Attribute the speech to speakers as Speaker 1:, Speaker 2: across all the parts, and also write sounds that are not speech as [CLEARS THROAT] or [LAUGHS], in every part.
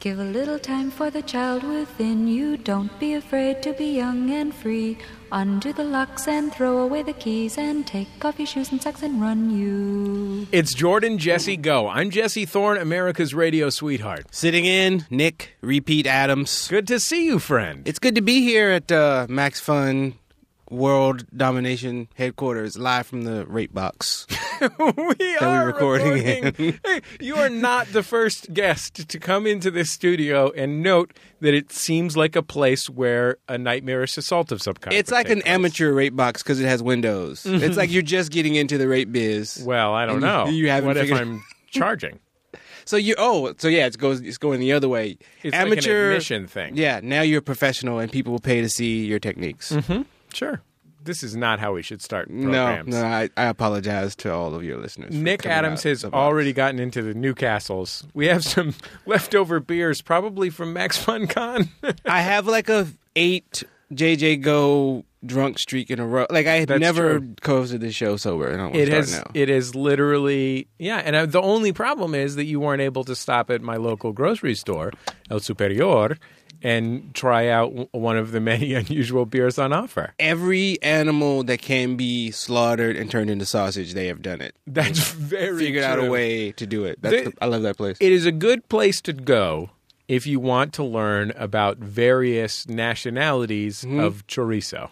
Speaker 1: Give a little time for the child within you. Don't be afraid to be young and free. Undo the locks and throw away the keys and take off your shoes and socks and run you.
Speaker 2: It's Jordan Jesse Go. I'm Jesse Thorne, America's radio sweetheart.
Speaker 3: Sitting in, Nick, repeat Adams.
Speaker 2: Good to see you, friend. [LAUGHS]
Speaker 3: It's good to be here at uh, Max Fun World Domination Headquarters, live from the rape
Speaker 2: [LAUGHS]
Speaker 3: box.
Speaker 2: we
Speaker 3: are
Speaker 2: are
Speaker 3: recording
Speaker 2: recording. [LAUGHS] Hey, you are not the first guest to come into this studio and note that it seems like a place where a nightmarish assault of some kind.
Speaker 3: It's
Speaker 2: would
Speaker 3: like
Speaker 2: take
Speaker 3: an
Speaker 2: place.
Speaker 3: amateur rape box because it
Speaker 2: [LAUGHS]
Speaker 3: has windows. It's like you're just getting into the rape biz.
Speaker 2: Well, I don't
Speaker 3: And you-
Speaker 2: know.
Speaker 3: you haven't
Speaker 2: what
Speaker 3: figured-
Speaker 2: if I'm charging?
Speaker 3: [LAUGHS] So you oh so yeah it goes it's going the other way.
Speaker 2: It's like an
Speaker 3: amateur
Speaker 2: admission thing.
Speaker 3: Yeah, now you're a professional and people will pay to see your techniques.
Speaker 2: Sure. This is not how we should start
Speaker 3: No,
Speaker 2: Mm-hmm. programs.
Speaker 3: no, I, I apologize to all of your listeners. for
Speaker 2: Nick
Speaker 3: coming
Speaker 2: Adams
Speaker 3: out
Speaker 2: has
Speaker 3: the box.
Speaker 2: already gotten into the Newcastles. We have some [LAUGHS] leftover beers, probably from Max Fun [LAUGHS] Con.
Speaker 3: I have like a eight JJ Go drunk streak in a row. Like I had
Speaker 2: That's
Speaker 3: never
Speaker 2: true.
Speaker 3: hosted this show sober. And I don't
Speaker 2: it
Speaker 3: it
Speaker 2: has,
Speaker 3: now.
Speaker 2: it is literally, yeah. And uh the only problem is that you weren't able to stop at my local grocery store, El Superior, and try out w- one of the [LAUGHS] many unusual beers on offer.
Speaker 3: Every animal that can be slaughtered and turned into sausage, they have done it.
Speaker 2: That's very
Speaker 3: Figured out a
Speaker 2: true.
Speaker 3: way to do it. That's
Speaker 2: They-
Speaker 3: the, I love that place.
Speaker 2: It is a good place to go if you want to learn about various nationalities
Speaker 3: Mm-hmm.
Speaker 2: of chorizo.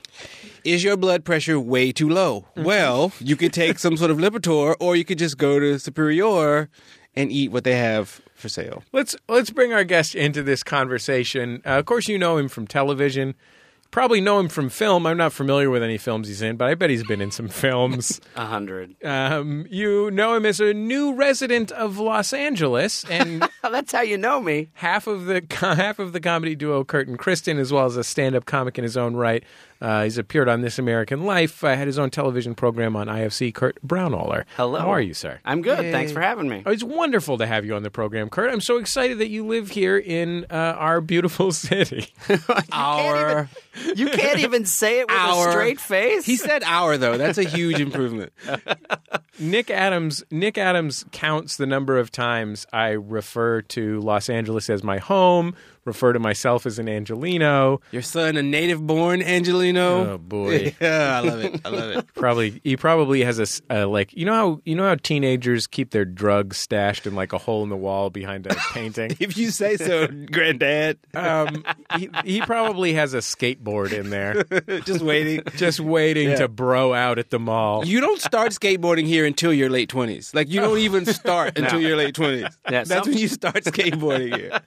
Speaker 3: Is your blood pressure way too low?
Speaker 2: Mm-hmm.
Speaker 3: Well, you could take some sort of Lipitor, or you could just go to Superior and eat what they have for sale.
Speaker 2: Let's let's bring our guest into this conversation. Uh, of course, you know him from television. Probably know him from film. I'm not familiar with any films he's in, but I bet he's been in some [LAUGHS] films.
Speaker 4: A hundred.
Speaker 2: Um, you know him as a new resident of Los Angeles, and
Speaker 4: [LAUGHS] Oh, that's how you know me.
Speaker 2: half of the half of the comedy duo Kurt and Kristen, as well as a stand-up comic in his own right. Uh, he's appeared on This American Life. Uh, had his own television program on IFC. Kurt Brownaller.
Speaker 4: Hello.
Speaker 2: How are you, sir?
Speaker 4: I'm good. Thanks for having me.
Speaker 2: Oh, It's wonderful to have you on the program, Kurt. I'm so excited that you live here in uh, our beautiful [LAUGHS] city.
Speaker 3: Our
Speaker 4: You can't
Speaker 2: [LAUGHS]
Speaker 4: even say it with
Speaker 3: Our-
Speaker 4: a straight face.
Speaker 3: he said our though. That's
Speaker 2: [LAUGHS]
Speaker 3: a huge improvement.
Speaker 2: Nick Adams. Nick Adams counts the number of times I refer to Los Angeles as my home, refer to myself as an Angelino.
Speaker 3: Your son, a native born Angelino.
Speaker 2: Oh boy,
Speaker 3: [LAUGHS] Yeah, I love it. I love
Speaker 4: [LAUGHS]
Speaker 2: [LAUGHS]
Speaker 3: it.
Speaker 2: probably he probably has a s- uh, like you know how you know how teenagers keep their drugs stashed in like a hole in the wall [LAUGHS] behind a painting.
Speaker 3: If you say [LAUGHS] so, granddad.
Speaker 2: Um, he, he probably has a skateboard in [LAUGHS] there,
Speaker 3: Just waiting.
Speaker 2: just waiting
Speaker 3: Yeah.
Speaker 2: to bro out at the mall.
Speaker 3: You don't start skateboarding here until your late 20s. Like, you don't even
Speaker 4: [LAUGHS]
Speaker 3: start until your late 20s.
Speaker 4: Yeah,
Speaker 3: That's
Speaker 4: some-
Speaker 3: when you start skateboarding
Speaker 4: [LAUGHS]
Speaker 3: here.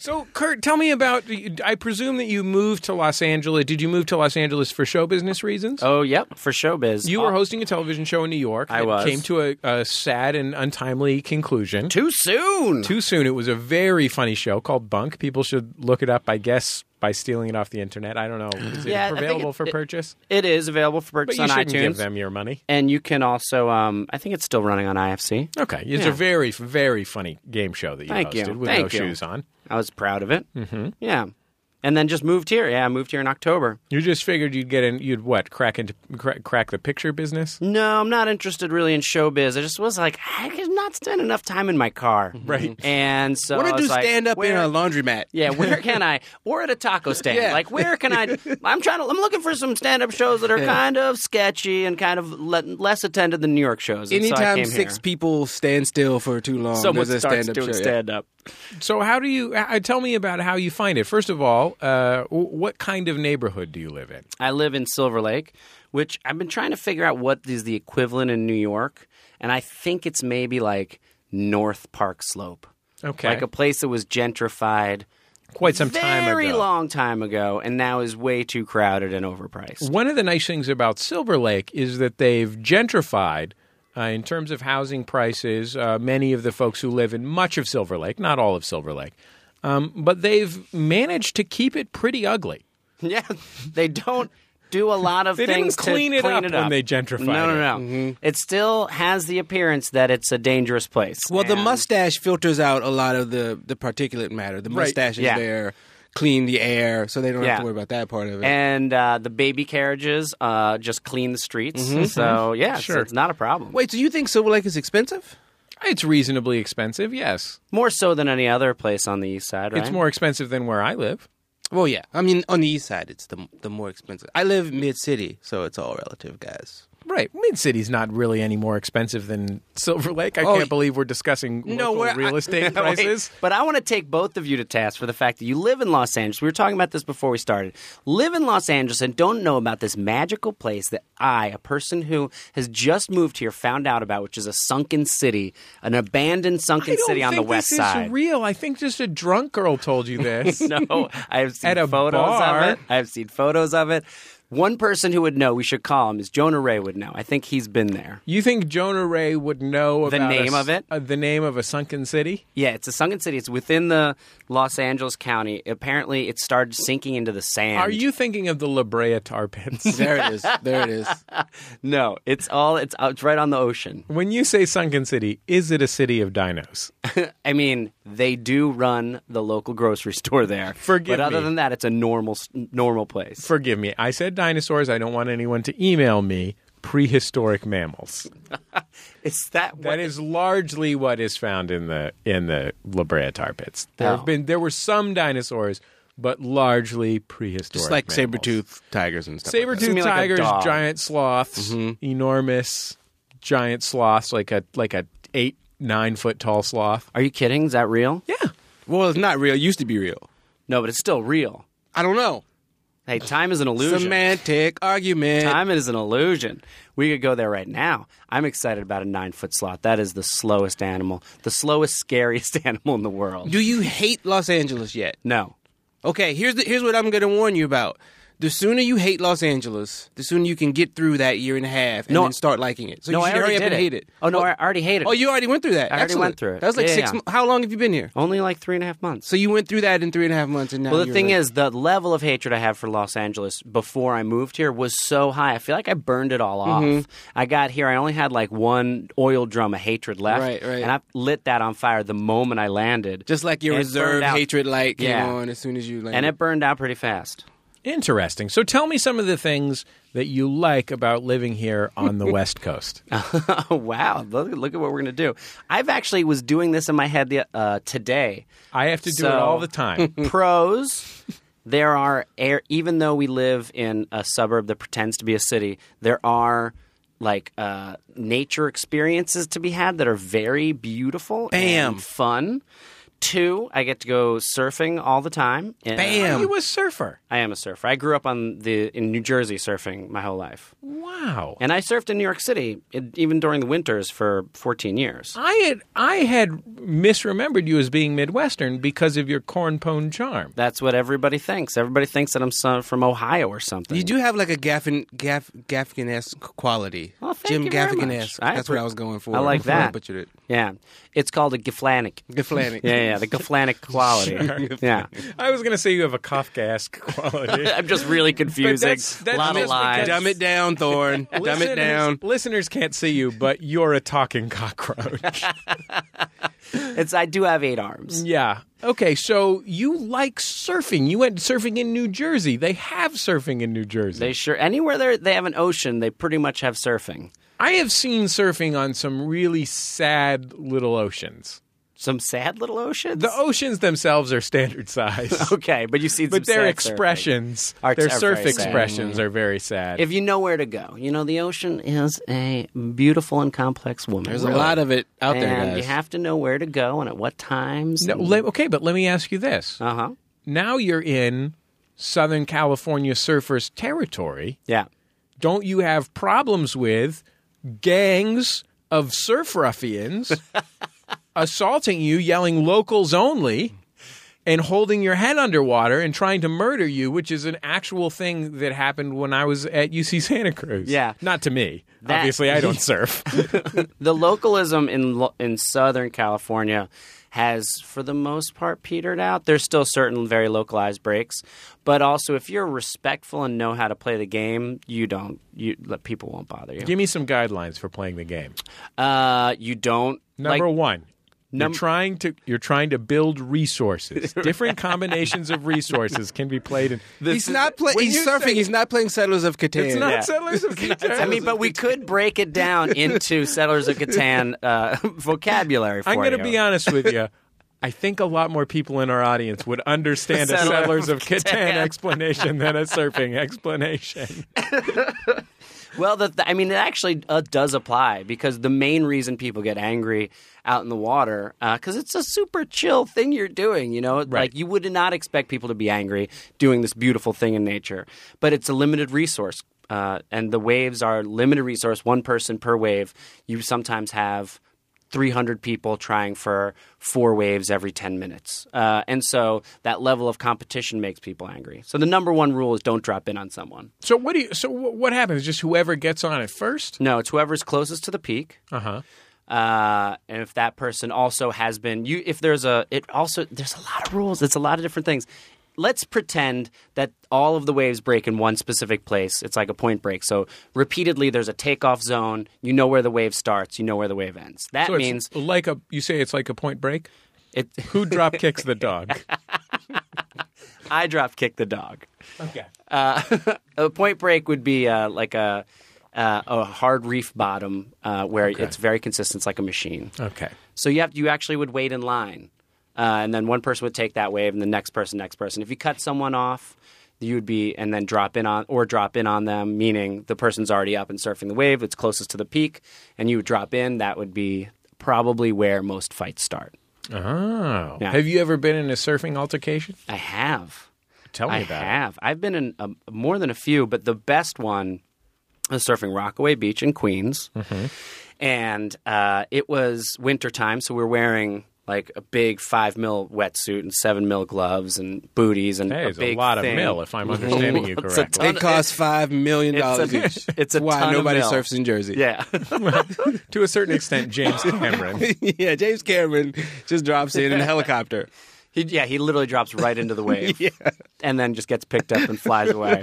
Speaker 2: So, Kurt, tell me about. I presume that you moved to Los Angeles. Did you move to Los Angeles for show business reasons?
Speaker 4: oh, yep, for showbiz.
Speaker 2: You were
Speaker 4: Oh,
Speaker 2: hosting a television show in New York.
Speaker 4: I
Speaker 2: It
Speaker 4: was.
Speaker 2: Came to a, a sad and untimely conclusion.
Speaker 4: too soon.
Speaker 2: Too soon. It was a very funny show called Bunk. People should look it up, I guess, by stealing it off the internet. I don't know. Is it
Speaker 4: [GASPS] Yeah, I think
Speaker 2: available
Speaker 4: it-
Speaker 2: for
Speaker 4: it-
Speaker 2: purchase?
Speaker 4: It is available for
Speaker 2: But
Speaker 4: purchase
Speaker 2: you
Speaker 4: on
Speaker 2: shouldn't
Speaker 4: iTunes,
Speaker 2: give them your money.
Speaker 4: and you can also. Um, I think it's still running on IFC.
Speaker 2: Okay. It's a
Speaker 4: Yeah.
Speaker 2: very, very funny game show that you
Speaker 4: Thank you.
Speaker 2: hosted with
Speaker 4: Thank
Speaker 2: no
Speaker 4: you.
Speaker 2: shoes on.
Speaker 4: I was proud of it. Mm-hmm. Yeah, and then just moved here. Yeah, I moved here in October.
Speaker 2: You just figured you'd get in, you'd what, crack, into, crack, crack the picture business?
Speaker 4: No, I'm not interested really in showbiz. I just was like, I could not spend enough time in my car.
Speaker 2: Mm-hmm. Right.
Speaker 4: And so
Speaker 3: want
Speaker 4: I
Speaker 3: to
Speaker 4: was
Speaker 3: do
Speaker 4: like,
Speaker 3: stand up in
Speaker 4: where-
Speaker 3: a laundromat. [LAUGHS]
Speaker 4: Yeah, where can I? Or at a taco stand.
Speaker 3: Yeah.
Speaker 4: Like, where can I? I'm trying to. I'm looking for some stand-up shows that are kind of sketchy and kind of le- less attended than New York shows. And so I
Speaker 3: Anytime
Speaker 4: came
Speaker 3: six
Speaker 4: here.
Speaker 3: people stand still for too long,
Speaker 4: someone
Speaker 3: there's a
Speaker 4: starts
Speaker 3: stand-up
Speaker 4: doing
Speaker 3: show. yeah.
Speaker 4: stand-up.
Speaker 2: So, how do you uh, tell me about how you find it? First of all, uh, w- what kind of neighborhood do you live in?
Speaker 4: I live in Silver Lake, which I've been trying to figure out what is the equivalent in New York, and I think it's maybe like North Park Slope,
Speaker 2: Okay,
Speaker 4: like a place that was gentrified
Speaker 2: quite some time ago.
Speaker 4: very long time ago, and now is way too crowded and overpriced.
Speaker 2: One of the nice things about Silver Lake is that they've gentrified. Uh, in terms of housing prices, uh, many of the folks who live in much of Silver Lake, not all of Silver Lake, um, but they've managed to keep it pretty ugly.
Speaker 4: [LAUGHS] Yeah, they don't do a lot of
Speaker 2: They didn't
Speaker 4: things
Speaker 2: clean
Speaker 4: to
Speaker 2: it
Speaker 4: clean
Speaker 2: up
Speaker 4: it
Speaker 2: when
Speaker 4: up
Speaker 2: they gentrified
Speaker 4: No, no,
Speaker 2: it. Mm-hmm.
Speaker 4: no. It still has the appearance that it's a dangerous place.
Speaker 3: Well, the
Speaker 4: And-
Speaker 3: mustache filters out a lot of the, the particulate matter. The
Speaker 2: Right,
Speaker 3: mustache is
Speaker 4: yeah.
Speaker 3: there, clean the air, so they don't have
Speaker 4: Yeah.
Speaker 3: to worry about that part of it.
Speaker 4: and uh, the baby carriages uh, just clean the streets. So yeah, so
Speaker 2: Mm-hmm. Sure.
Speaker 4: it's not a problem.
Speaker 3: Wait, so you think Silver Lake is expensive?
Speaker 2: It's reasonably expensive, yes.
Speaker 4: More so than any other place on the east side, right?
Speaker 2: It's more expensive than where I live.
Speaker 3: Well, yeah. I mean, on the east side, it's the the more expensive. I live mid city, so it's all relative, guys.
Speaker 2: Right. Mid City's not really any more expensive than Silver Lake. I
Speaker 3: Oh,
Speaker 2: can't believe we're discussing
Speaker 3: No,
Speaker 2: local
Speaker 3: we're-
Speaker 2: real estate
Speaker 4: No, [LAUGHS] wait.
Speaker 2: prices.
Speaker 4: But I want to take both of you to task for the fact that you live in Los Angeles. We were talking about this before we started. Live in Los Angeles and don't know about this magical place that I, a person who has just moved here, found out about, which is a sunken city, an abandoned sunken
Speaker 2: I don't
Speaker 4: city on the
Speaker 2: think
Speaker 4: west
Speaker 2: this
Speaker 4: side.
Speaker 2: is real. I think just a drunk girl told you this.
Speaker 4: [LAUGHS] no, I've seen
Speaker 2: At a
Speaker 4: photos
Speaker 2: bar.
Speaker 4: of it. I've seen photos of it. One person who would know, we should call him, is Jonah Ray would know. I think he's been there.
Speaker 2: You think Jonah Ray would know
Speaker 4: The
Speaker 2: about a s-
Speaker 4: name of it?
Speaker 2: uh, the name of a sunken city?
Speaker 4: Yeah, it's a sunken city. It's within the Los Angeles County. Apparently, it started sinking into the sand.
Speaker 2: Are you thinking of the La Brea Tar
Speaker 4: [LAUGHS]
Speaker 2: Pits?
Speaker 3: There it is. There it is.
Speaker 4: No, it's all it's, uh, it's right on the ocean.
Speaker 2: [LAUGHS] when you say sunken city, is it a city of dinos?
Speaker 4: I mean, they do run the local grocery [LAUGHS] store there.
Speaker 2: Forgive
Speaker 4: but other
Speaker 2: me.
Speaker 4: than that, it's a normal s- normal place.
Speaker 2: Forgive me. I said dinosaurs. I don't want anyone to email me prehistoric mammals.
Speaker 4: Is that what?
Speaker 2: That is largely what is found in the in the La Brea Tar Pits. There
Speaker 4: Oh.
Speaker 2: have been there were some dinosaurs, but largely prehistoric.
Speaker 3: Just like saber
Speaker 2: mammals.
Speaker 3: tooth tigers and stuff.
Speaker 2: saber
Speaker 3: like Mm-hmm. that.
Speaker 4: You
Speaker 2: tooth
Speaker 4: mean like a
Speaker 2: tigers,
Speaker 4: dog.
Speaker 2: giant sloths, enormous giant sloths, like a like a eight nine foot tall sloth.
Speaker 4: Are you kidding? Is that real?
Speaker 2: Yeah,
Speaker 3: Well, it's not real. It used to be real.
Speaker 4: No, but it's still real.
Speaker 3: I don't know.
Speaker 4: Hey, time is an illusion.
Speaker 3: Semantic argument.
Speaker 4: Time is an illusion. We could go there right now. I'm excited about a nine foot slot. That is the slowest animal, the slowest, [LAUGHS] scariest animal in the world.
Speaker 3: Do you hate Los Angeles yet?
Speaker 4: No.
Speaker 3: Okay, here's the, here's what I'm going to warn you about. The sooner you hate Los Angeles, the sooner you can get through that year and a half and
Speaker 4: No,
Speaker 3: then start liking it. So
Speaker 4: no,
Speaker 3: you
Speaker 4: I
Speaker 3: should
Speaker 4: already
Speaker 3: hurry up
Speaker 4: did
Speaker 3: and
Speaker 4: it.
Speaker 3: hate it.
Speaker 4: Oh, no,
Speaker 3: Well-
Speaker 4: I already hated
Speaker 3: Oh,
Speaker 4: it.
Speaker 3: you already went through that.
Speaker 4: I already
Speaker 3: Excellent.
Speaker 4: went through it.
Speaker 3: That was like
Speaker 4: Yeah,
Speaker 3: six.
Speaker 4: yeah.
Speaker 3: mo- How long have you been here?
Speaker 4: Only like three and a half months.
Speaker 3: So you went through that in three and a half months, and now
Speaker 4: Well, the
Speaker 3: you're
Speaker 4: thing
Speaker 3: like-
Speaker 4: is, the level of hatred I have for Los Angeles before I moved here was so high. I feel like I burned it all off.
Speaker 3: Mm-hmm.
Speaker 4: I got here, I only had like one oil drum of hatred left.
Speaker 3: Right, right.
Speaker 4: And I lit that on fire the moment I landed.
Speaker 3: just like your
Speaker 4: And it
Speaker 3: reserve
Speaker 4: burned out.
Speaker 3: hatred light came
Speaker 4: Yeah.
Speaker 3: on as soon as you landed.
Speaker 4: And it burned out pretty fast. [LAUGHS]
Speaker 2: interesting. So tell me some of the things that you like about living here on
Speaker 3: [LAUGHS]
Speaker 2: the West Coast.
Speaker 3: Uh,
Speaker 4: Oh, wow. Look, look at what we're going to do. I've actually was doing this in my head the, uh, today.
Speaker 2: I have to do it
Speaker 4: So-
Speaker 2: all the
Speaker 3: [LAUGHS]
Speaker 2: time.
Speaker 4: [LAUGHS] Pros. There are air, even though we live in a suburb that pretends to be a city, there are like uh, nature experiences to be had that are very beautiful
Speaker 3: Bam.
Speaker 4: and fun. Two, I get to go surfing all the time. And
Speaker 3: Bam.
Speaker 2: you a surfer?
Speaker 4: I am a surfer. I grew up on the in New Jersey surfing my whole life,
Speaker 2: Wow.
Speaker 4: and I surfed in New York City it, even during the winters for 14 years.
Speaker 3: Oh.
Speaker 2: I had I had misremembered you as being Midwestern because of your corn pone charm.
Speaker 4: That's what everybody thinks. Everybody thinks that I'm some, from Ohio or something.
Speaker 3: you do have like a Gaffin Gaff Gaffigan esque quality.
Speaker 4: Well, thank
Speaker 3: Jim
Speaker 4: you very
Speaker 3: Gaffigan
Speaker 4: much.
Speaker 3: esque.
Speaker 4: I
Speaker 3: That's
Speaker 4: appre-
Speaker 3: what I was going for.
Speaker 4: I like
Speaker 3: before I
Speaker 4: that.
Speaker 3: butchered
Speaker 4: [LAUGHS]
Speaker 3: it.
Speaker 4: Yeah, it's called a giflanic.
Speaker 3: Gafflanic.
Speaker 4: Yeah, yeah,
Speaker 3: [LAUGHS]
Speaker 4: the giflanic quality. Yeah,
Speaker 2: I was going to say you have a Kafkaesque [LAUGHS]
Speaker 4: [LAUGHS]
Speaker 2: quality.
Speaker 4: I'm just really confusing.
Speaker 2: that's- that's
Speaker 4: lot of
Speaker 2: just
Speaker 4: [LAUGHS] lies.
Speaker 2: because-
Speaker 3: Dumb it down, [LAUGHS] Thorn. Dumb it
Speaker 2: Listeners-
Speaker 3: down.
Speaker 2: Listeners can't see you, but you're a talking
Speaker 4: [LAUGHS]
Speaker 2: cockroach.
Speaker 4: It's I do have eight arms.
Speaker 3: Mm.
Speaker 2: yeah. Okay, so you like surfing. You went surfing in New Jersey. They have surfing in New Jersey.
Speaker 4: They sure anywhere there they have an ocean, they pretty much have surfing.
Speaker 2: I have seen surfing on some really sad little oceans.
Speaker 4: Some sad little oceans.
Speaker 2: The oceans themselves are standard size.
Speaker 4: [LAUGHS] okay, but you see,
Speaker 2: But
Speaker 4: some
Speaker 2: their
Speaker 4: sad
Speaker 2: expressions,
Speaker 4: Are-
Speaker 2: their
Speaker 4: are
Speaker 2: surf
Speaker 4: very sad. Mm-hmm.
Speaker 2: expressions are very sad.
Speaker 4: surfing. If you know where to go, you know the ocean is a beautiful and complex woman.
Speaker 3: There's a lot of it out
Speaker 4: and
Speaker 3: there, guys.
Speaker 4: you have to know where to go and at what times.
Speaker 2: No, le- okay, but let me ask you this.
Speaker 4: uh huh.
Speaker 2: now you're in Southern California surfers territory.
Speaker 4: Yeah.
Speaker 2: Don't you have problems with gangs of surf
Speaker 4: [LAUGHS]
Speaker 2: ruffians assaulting you, yelling locals only, and holding your head underwater and trying to murder you, which is an actual thing that happened when I was at UC Santa Cruz?
Speaker 4: Yeah.
Speaker 2: Not to me.
Speaker 4: That-
Speaker 2: Obviously, I
Speaker 4: [LAUGHS]
Speaker 2: don't surf.
Speaker 4: the localism in lo- in Southern California has, for the most part, petered out. There's still certain very localized breaks, but also if you're respectful and know how to play the game, you don't. You let people won't bother you.
Speaker 2: Give me some guidelines for playing the game.
Speaker 4: Uh, you don't.
Speaker 2: Number
Speaker 4: like,
Speaker 2: one, You're trying to you're trying to build [LAUGHS] resources. Different combinations of resources can be played in. This
Speaker 3: he's not playing.
Speaker 2: when
Speaker 3: He's
Speaker 2: you
Speaker 3: surfing.
Speaker 2: say-
Speaker 3: he's not playing Settlers of Catan.
Speaker 2: It's not
Speaker 4: Yeah.
Speaker 2: settlers [LAUGHS] of Catan.
Speaker 4: I mean, but we could break it down
Speaker 2: [LAUGHS]
Speaker 4: into Settlers of Catan uh, vocabulary for
Speaker 2: I'm going to
Speaker 4: you.
Speaker 2: be honest with you. I think a lot more people in our audience would understand a
Speaker 4: Settlers of
Speaker 2: settlers of Catan
Speaker 4: Catan.
Speaker 2: explanation than a surfing explanation.
Speaker 4: Well, the, the, I mean, it actually uh, does apply because the main reason people get angry out in the water because it's a super chill thing you're doing. You know, like you would not expect people to be angry doing this beautiful thing in nature, but it's a limited resource, uh, and the waves are limited resource. One person per wave. You sometimes have. 300 people trying for four waves every 10 minutes. Uh, and so that level of competition makes people angry. So the number one rule is don't drop in on someone.
Speaker 2: So what do you? So wh- what happens? Just whoever gets on it first.
Speaker 4: No, it's whoever's closest to the peak.
Speaker 2: Uh huh.
Speaker 4: Uh, and if that person also has been you, if there's a, it also there's a lot of rules. It's a lot of different things. Let's pretend that all of the waves break in one specific place. It's like a point break. So repeatedly, there's a takeoff zone. You know where the wave starts. You know where the wave ends. That
Speaker 2: So it's
Speaker 4: means
Speaker 2: like a you say it's like a Point Break.
Speaker 4: it. [LAUGHS]
Speaker 2: Who drop kicks the dog?
Speaker 4: I drop kick the dog.
Speaker 2: [LAUGHS] Okay.
Speaker 4: Uh, a point break would be uh, like a uh, a hard reef bottom uh, where it's very consistent. It's like a machine.
Speaker 2: Okay.
Speaker 4: So you have you actually would wait in line, uh, and then one person would take that wave, and the next person, next person. If you cut someone off, you would be and then drop in on or drop in on them, meaning the person's already up and surfing the wave. It's closest to the peak, and you would drop in. That would be probably where most fights start.
Speaker 2: Oh.
Speaker 4: Yeah.
Speaker 2: Have you ever been in a surfing altercation?
Speaker 4: I have.
Speaker 2: Tell me
Speaker 4: I
Speaker 2: about
Speaker 4: have. I've been in um more than a few, but the best one was surfing Rockaway Beach in Queens,
Speaker 2: Mm-hmm.
Speaker 4: and uh, it was wintertime, so we were wearing like a big five mil wetsuit and seven mil gloves and booties and
Speaker 2: it. Hey,
Speaker 4: a
Speaker 2: it's a
Speaker 4: big
Speaker 2: lot
Speaker 4: thing.
Speaker 2: of mill, if I'm understanding
Speaker 4: [LAUGHS]
Speaker 2: you
Speaker 4: It's a
Speaker 2: correctly.
Speaker 3: They
Speaker 4: ton-
Speaker 3: cost five million
Speaker 4: [LAUGHS]
Speaker 3: dollars each.
Speaker 4: it's a, it's a
Speaker 3: Why
Speaker 4: ton of
Speaker 3: nobody
Speaker 4: mil.
Speaker 3: surfs in Jersey?
Speaker 4: Yeah, [LAUGHS]
Speaker 2: [LAUGHS] to a certain extent, James Cameron.
Speaker 3: [LAUGHS] yeah. James Cameron just drops in
Speaker 4: [LAUGHS]
Speaker 3: in a helicopter.
Speaker 4: he, yeah, he literally drops right
Speaker 2: [LAUGHS]
Speaker 4: into the wave, and then just gets picked up and flies away.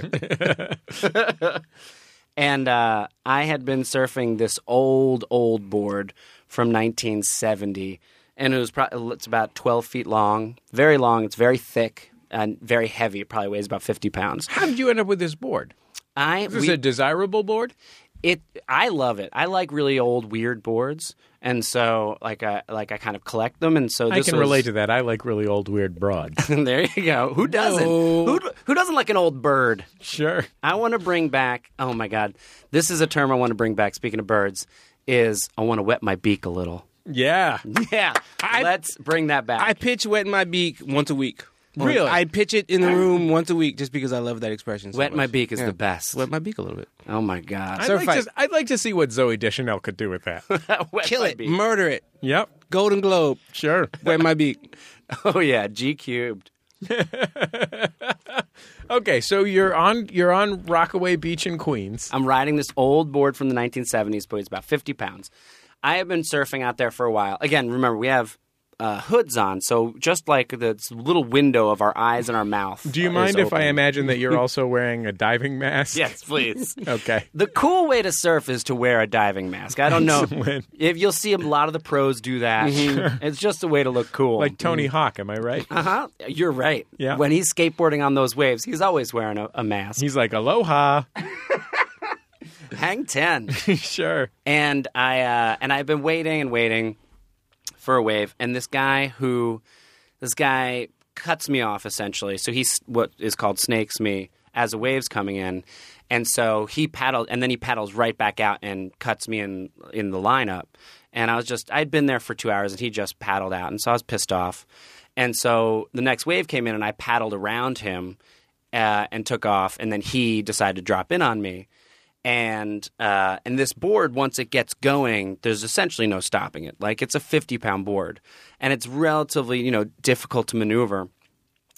Speaker 4: and uh, I had been surfing this old, old board from 1970, and it was pro- it's about 12 feet long, very long. It's very thick and very heavy. It probably weighs about 50 pounds.
Speaker 2: [LAUGHS] How did you end up with this board?
Speaker 4: I
Speaker 2: Is this
Speaker 4: we-
Speaker 2: a desirable board?
Speaker 4: it I love it. I like really old, weird boards, and so like I like I kind of collect them, and so
Speaker 2: I
Speaker 4: this
Speaker 2: can
Speaker 4: was-
Speaker 2: relate
Speaker 4: [LAUGHS]
Speaker 2: to that. I like really old, weird broads.
Speaker 4: there you go. Who doesn't? Who, who doesn't like an old bird?
Speaker 2: [LAUGHS] sure.
Speaker 4: I want to bring back. Oh my God, this is a term I want to bring back. Speaking of birds, is I want to wet my beak a little.
Speaker 2: Yeah.
Speaker 4: Yeah,
Speaker 3: I-
Speaker 4: let's bring that back.
Speaker 3: I pitch wet my beak once a week.
Speaker 2: Really?
Speaker 3: I pitch it in the room once a week just because I love that expression. So
Speaker 4: wet my
Speaker 3: much.
Speaker 4: beak is
Speaker 3: Yeah.
Speaker 4: the best.
Speaker 3: Wet my beak a little bit.
Speaker 4: oh my God,
Speaker 2: I'd
Speaker 3: Surf
Speaker 2: like,
Speaker 3: fight.
Speaker 2: to, I'd like to see what Zoe Deschanel could do with that.
Speaker 4: [LAUGHS] Wet
Speaker 3: Kill
Speaker 4: my
Speaker 3: it.
Speaker 4: beak.
Speaker 3: Murder it.
Speaker 2: [LAUGHS] yep.
Speaker 3: Golden Globe.
Speaker 2: Sure.
Speaker 3: Wet my
Speaker 4: [LAUGHS]
Speaker 3: beak.
Speaker 4: Oh yeah, G cubed.
Speaker 2: Okay, so you're on you're on Rockaway Beach in Queens.
Speaker 4: I'm riding this old board from the 1970s, but it's about 50 pounds. I have been surfing out there for a while. Again, remember, we have uh, hoods on, so just like the little window of our eyes and our mouth.
Speaker 2: Do you
Speaker 4: is
Speaker 2: mind if I
Speaker 4: open.
Speaker 2: imagine that [LAUGHS] you're also wearing a diving mask?
Speaker 4: [LAUGHS] Yes, please.
Speaker 2: [LAUGHS] Okay.
Speaker 4: The cool way to surf is to wear a diving mask. I
Speaker 2: [LAUGHS]
Speaker 4: don't know
Speaker 2: Excellent.
Speaker 4: if you'll see a lot of the pros
Speaker 2: [LAUGHS]
Speaker 4: do that. [LAUGHS] It's just a way to look cool.
Speaker 2: Like Tony Hawk, am I right?
Speaker 4: uh huh. You're right.
Speaker 2: Yeah.
Speaker 4: When he's skateboarding on those waves, he's always wearing a, a mask.
Speaker 2: He's like, Aloha. [LAUGHS]
Speaker 4: Hang ten.
Speaker 2: sure.
Speaker 4: and I uh, and I've been waiting and waiting for a wave, and this guy who this guy cuts me off essentially. So he's what is called snakes me as a wave's coming in, and so he paddles and then he paddles right back out and cuts me in in the lineup. And I was just I'd been there for two hours, and he just paddled out, and so I was pissed off. And so the next wave came in, and I paddled around him uh, and took off, and then he decided to drop in on me and uh, and this board once it gets going, there's essentially no stopping it. Like it's a 50 pound board, and it's relatively you know difficult to maneuver.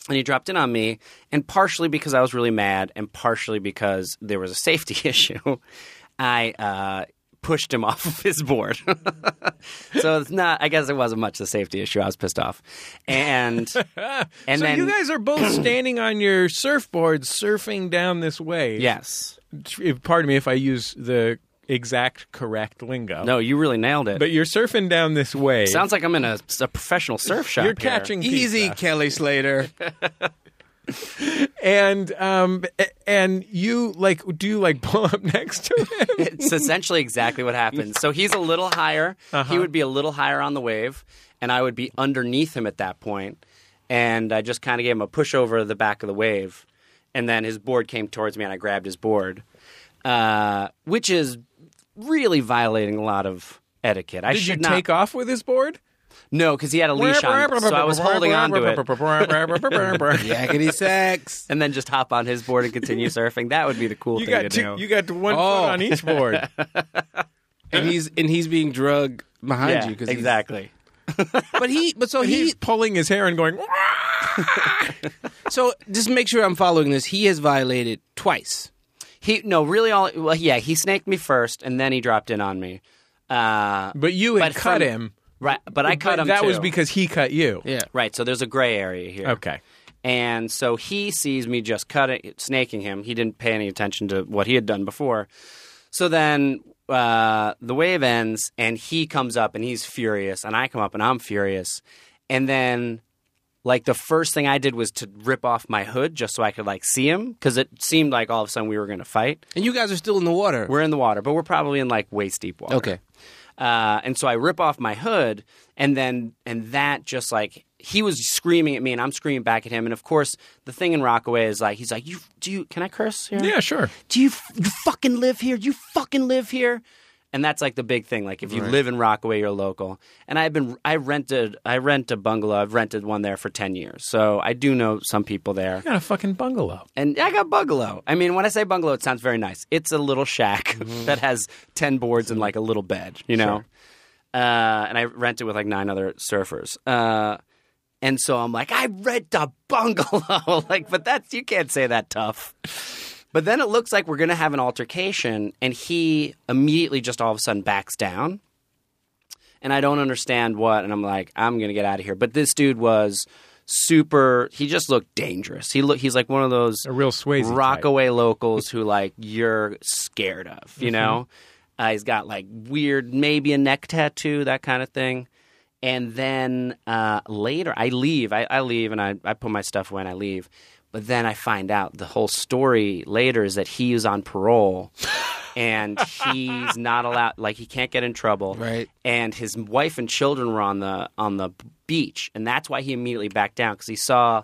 Speaker 4: And he dropped in on me, and partially because I was really mad, and partially because there was a safety [LAUGHS] issue, I uh, pushed him [LAUGHS] off of his board. so it's not. I guess it wasn't much the safety issue. I was pissed off,
Speaker 2: [LAUGHS]
Speaker 4: and and
Speaker 2: so
Speaker 4: then
Speaker 2: you guys are
Speaker 4: [CLEARS THROAT]
Speaker 2: both standing on your surfboards, surfing down this wave.
Speaker 4: yes.
Speaker 2: If- Pardon me if I use the exact correct lingo.
Speaker 4: No, you really nailed it.
Speaker 2: But you're surfing down this wave.
Speaker 4: Sounds like I'm in a, a professional surf shop.
Speaker 2: you're
Speaker 4: here.
Speaker 2: catching
Speaker 3: Easy,
Speaker 2: pizza.
Speaker 3: Kelly Slater.
Speaker 2: and um a- and you like do you like [LAUGHS] pull up next to him?
Speaker 4: It's essentially exactly what happens. So he's a little higher.
Speaker 2: Uh-huh.
Speaker 4: He would be a little higher on the wave, and I would be underneath him at that point. And I just kind of gave him a push over the back of the wave, and then his board came towards me, and I grabbed his board, uh, which is really violating a lot of etiquette. I
Speaker 2: Did you
Speaker 4: should not.
Speaker 2: take off with his board?
Speaker 4: No, because he had a leash on, so I was holding on to
Speaker 2: [LAUGHS] it.
Speaker 4: it.
Speaker 2: [LAUGHS]
Speaker 4: [LAUGHS]
Speaker 3: Yakety sax.
Speaker 4: And then just hop on his board and continue surfing. That would be the cool
Speaker 2: You
Speaker 4: thing to
Speaker 2: got two,
Speaker 4: do.
Speaker 2: you got one
Speaker 3: Oh.
Speaker 2: foot on each
Speaker 4: [LAUGHS]
Speaker 2: board.
Speaker 3: And he's and he's being drugged behind
Speaker 4: yeah,
Speaker 3: you. 'cause he's-
Speaker 4: exactly.
Speaker 3: But he. But so he.
Speaker 2: He's pulling his hair and going. [LAUGHS]
Speaker 3: So just make sure I'm following this. He has violated twice.
Speaker 4: He no, really all well, yeah, he snaked me first and then he dropped in on me. Uh,
Speaker 2: But you had
Speaker 4: But
Speaker 2: cut
Speaker 4: from-
Speaker 2: him.
Speaker 4: right, but I cut
Speaker 2: But
Speaker 4: him
Speaker 2: That was
Speaker 4: too.
Speaker 2: because he cut you.
Speaker 3: Yeah.
Speaker 4: right, so there's a gray area here.
Speaker 2: Okay.
Speaker 4: And so he sees me just cutting snaking him. He didn't pay any attention to what he had done before. So then uh, the wave ends and he comes up and he's furious and I come up and I'm furious. And then like the first thing I did was to rip off my hood just so I could like see him because it seemed like all of a sudden we were going to fight.
Speaker 3: And you guys are still in the water.
Speaker 4: We're in the water, but we're probably in like waist deep water.
Speaker 3: okay.
Speaker 4: Uh, and so I rip off my hood, and then and that just like he was screaming at me, and I'm screaming back at him. And of course, the thing in Rockaway is like he's like, "You do you? Can I curse here?
Speaker 2: Yeah, sure.
Speaker 4: Do you you fucking live here? You fucking live here?" And that's like the big thing. Like if you live in Rockaway, you're local. And I've been I rented I rent a bungalow. I've rented one there for ten years, so I do know some people there.
Speaker 2: You got a fucking bungalow.
Speaker 4: And I got bungalow. I mean, when I say bungalow, it sounds very nice. It's a little shack [LAUGHS]
Speaker 2: Mm-hmm.
Speaker 4: that has ten boards and like a little bed, you know. Uh, and I rent it with like nine other surfers. Uh, and so I'm like, I rent a bungalow, [LAUGHS] like, but that's you can't say that tough. But then it looks like we're gonna have an altercation, and he immediately just all of a sudden backs down and I don't understand what. And I'm like, I'm gonna get out of here. But this dude was super. He just looked dangerous. He look. He's like one of those
Speaker 2: A real Swayze type.
Speaker 4: Rockaway locals who like you're scared of. You
Speaker 2: Mm-hmm.
Speaker 4: know, uh, he's got like weird, maybe a neck tattoo, that kind of thing. And then uh, later, I leave. I, I leave, and I, I put my stuff away, and I leave. But then I find out the whole story later is that he is on
Speaker 2: [LAUGHS]
Speaker 4: parole, and he's not allowed. Like he can't get in trouble
Speaker 3: Right.
Speaker 4: and his wife and children were on the on the beach, and that's why he immediately backed down because he saw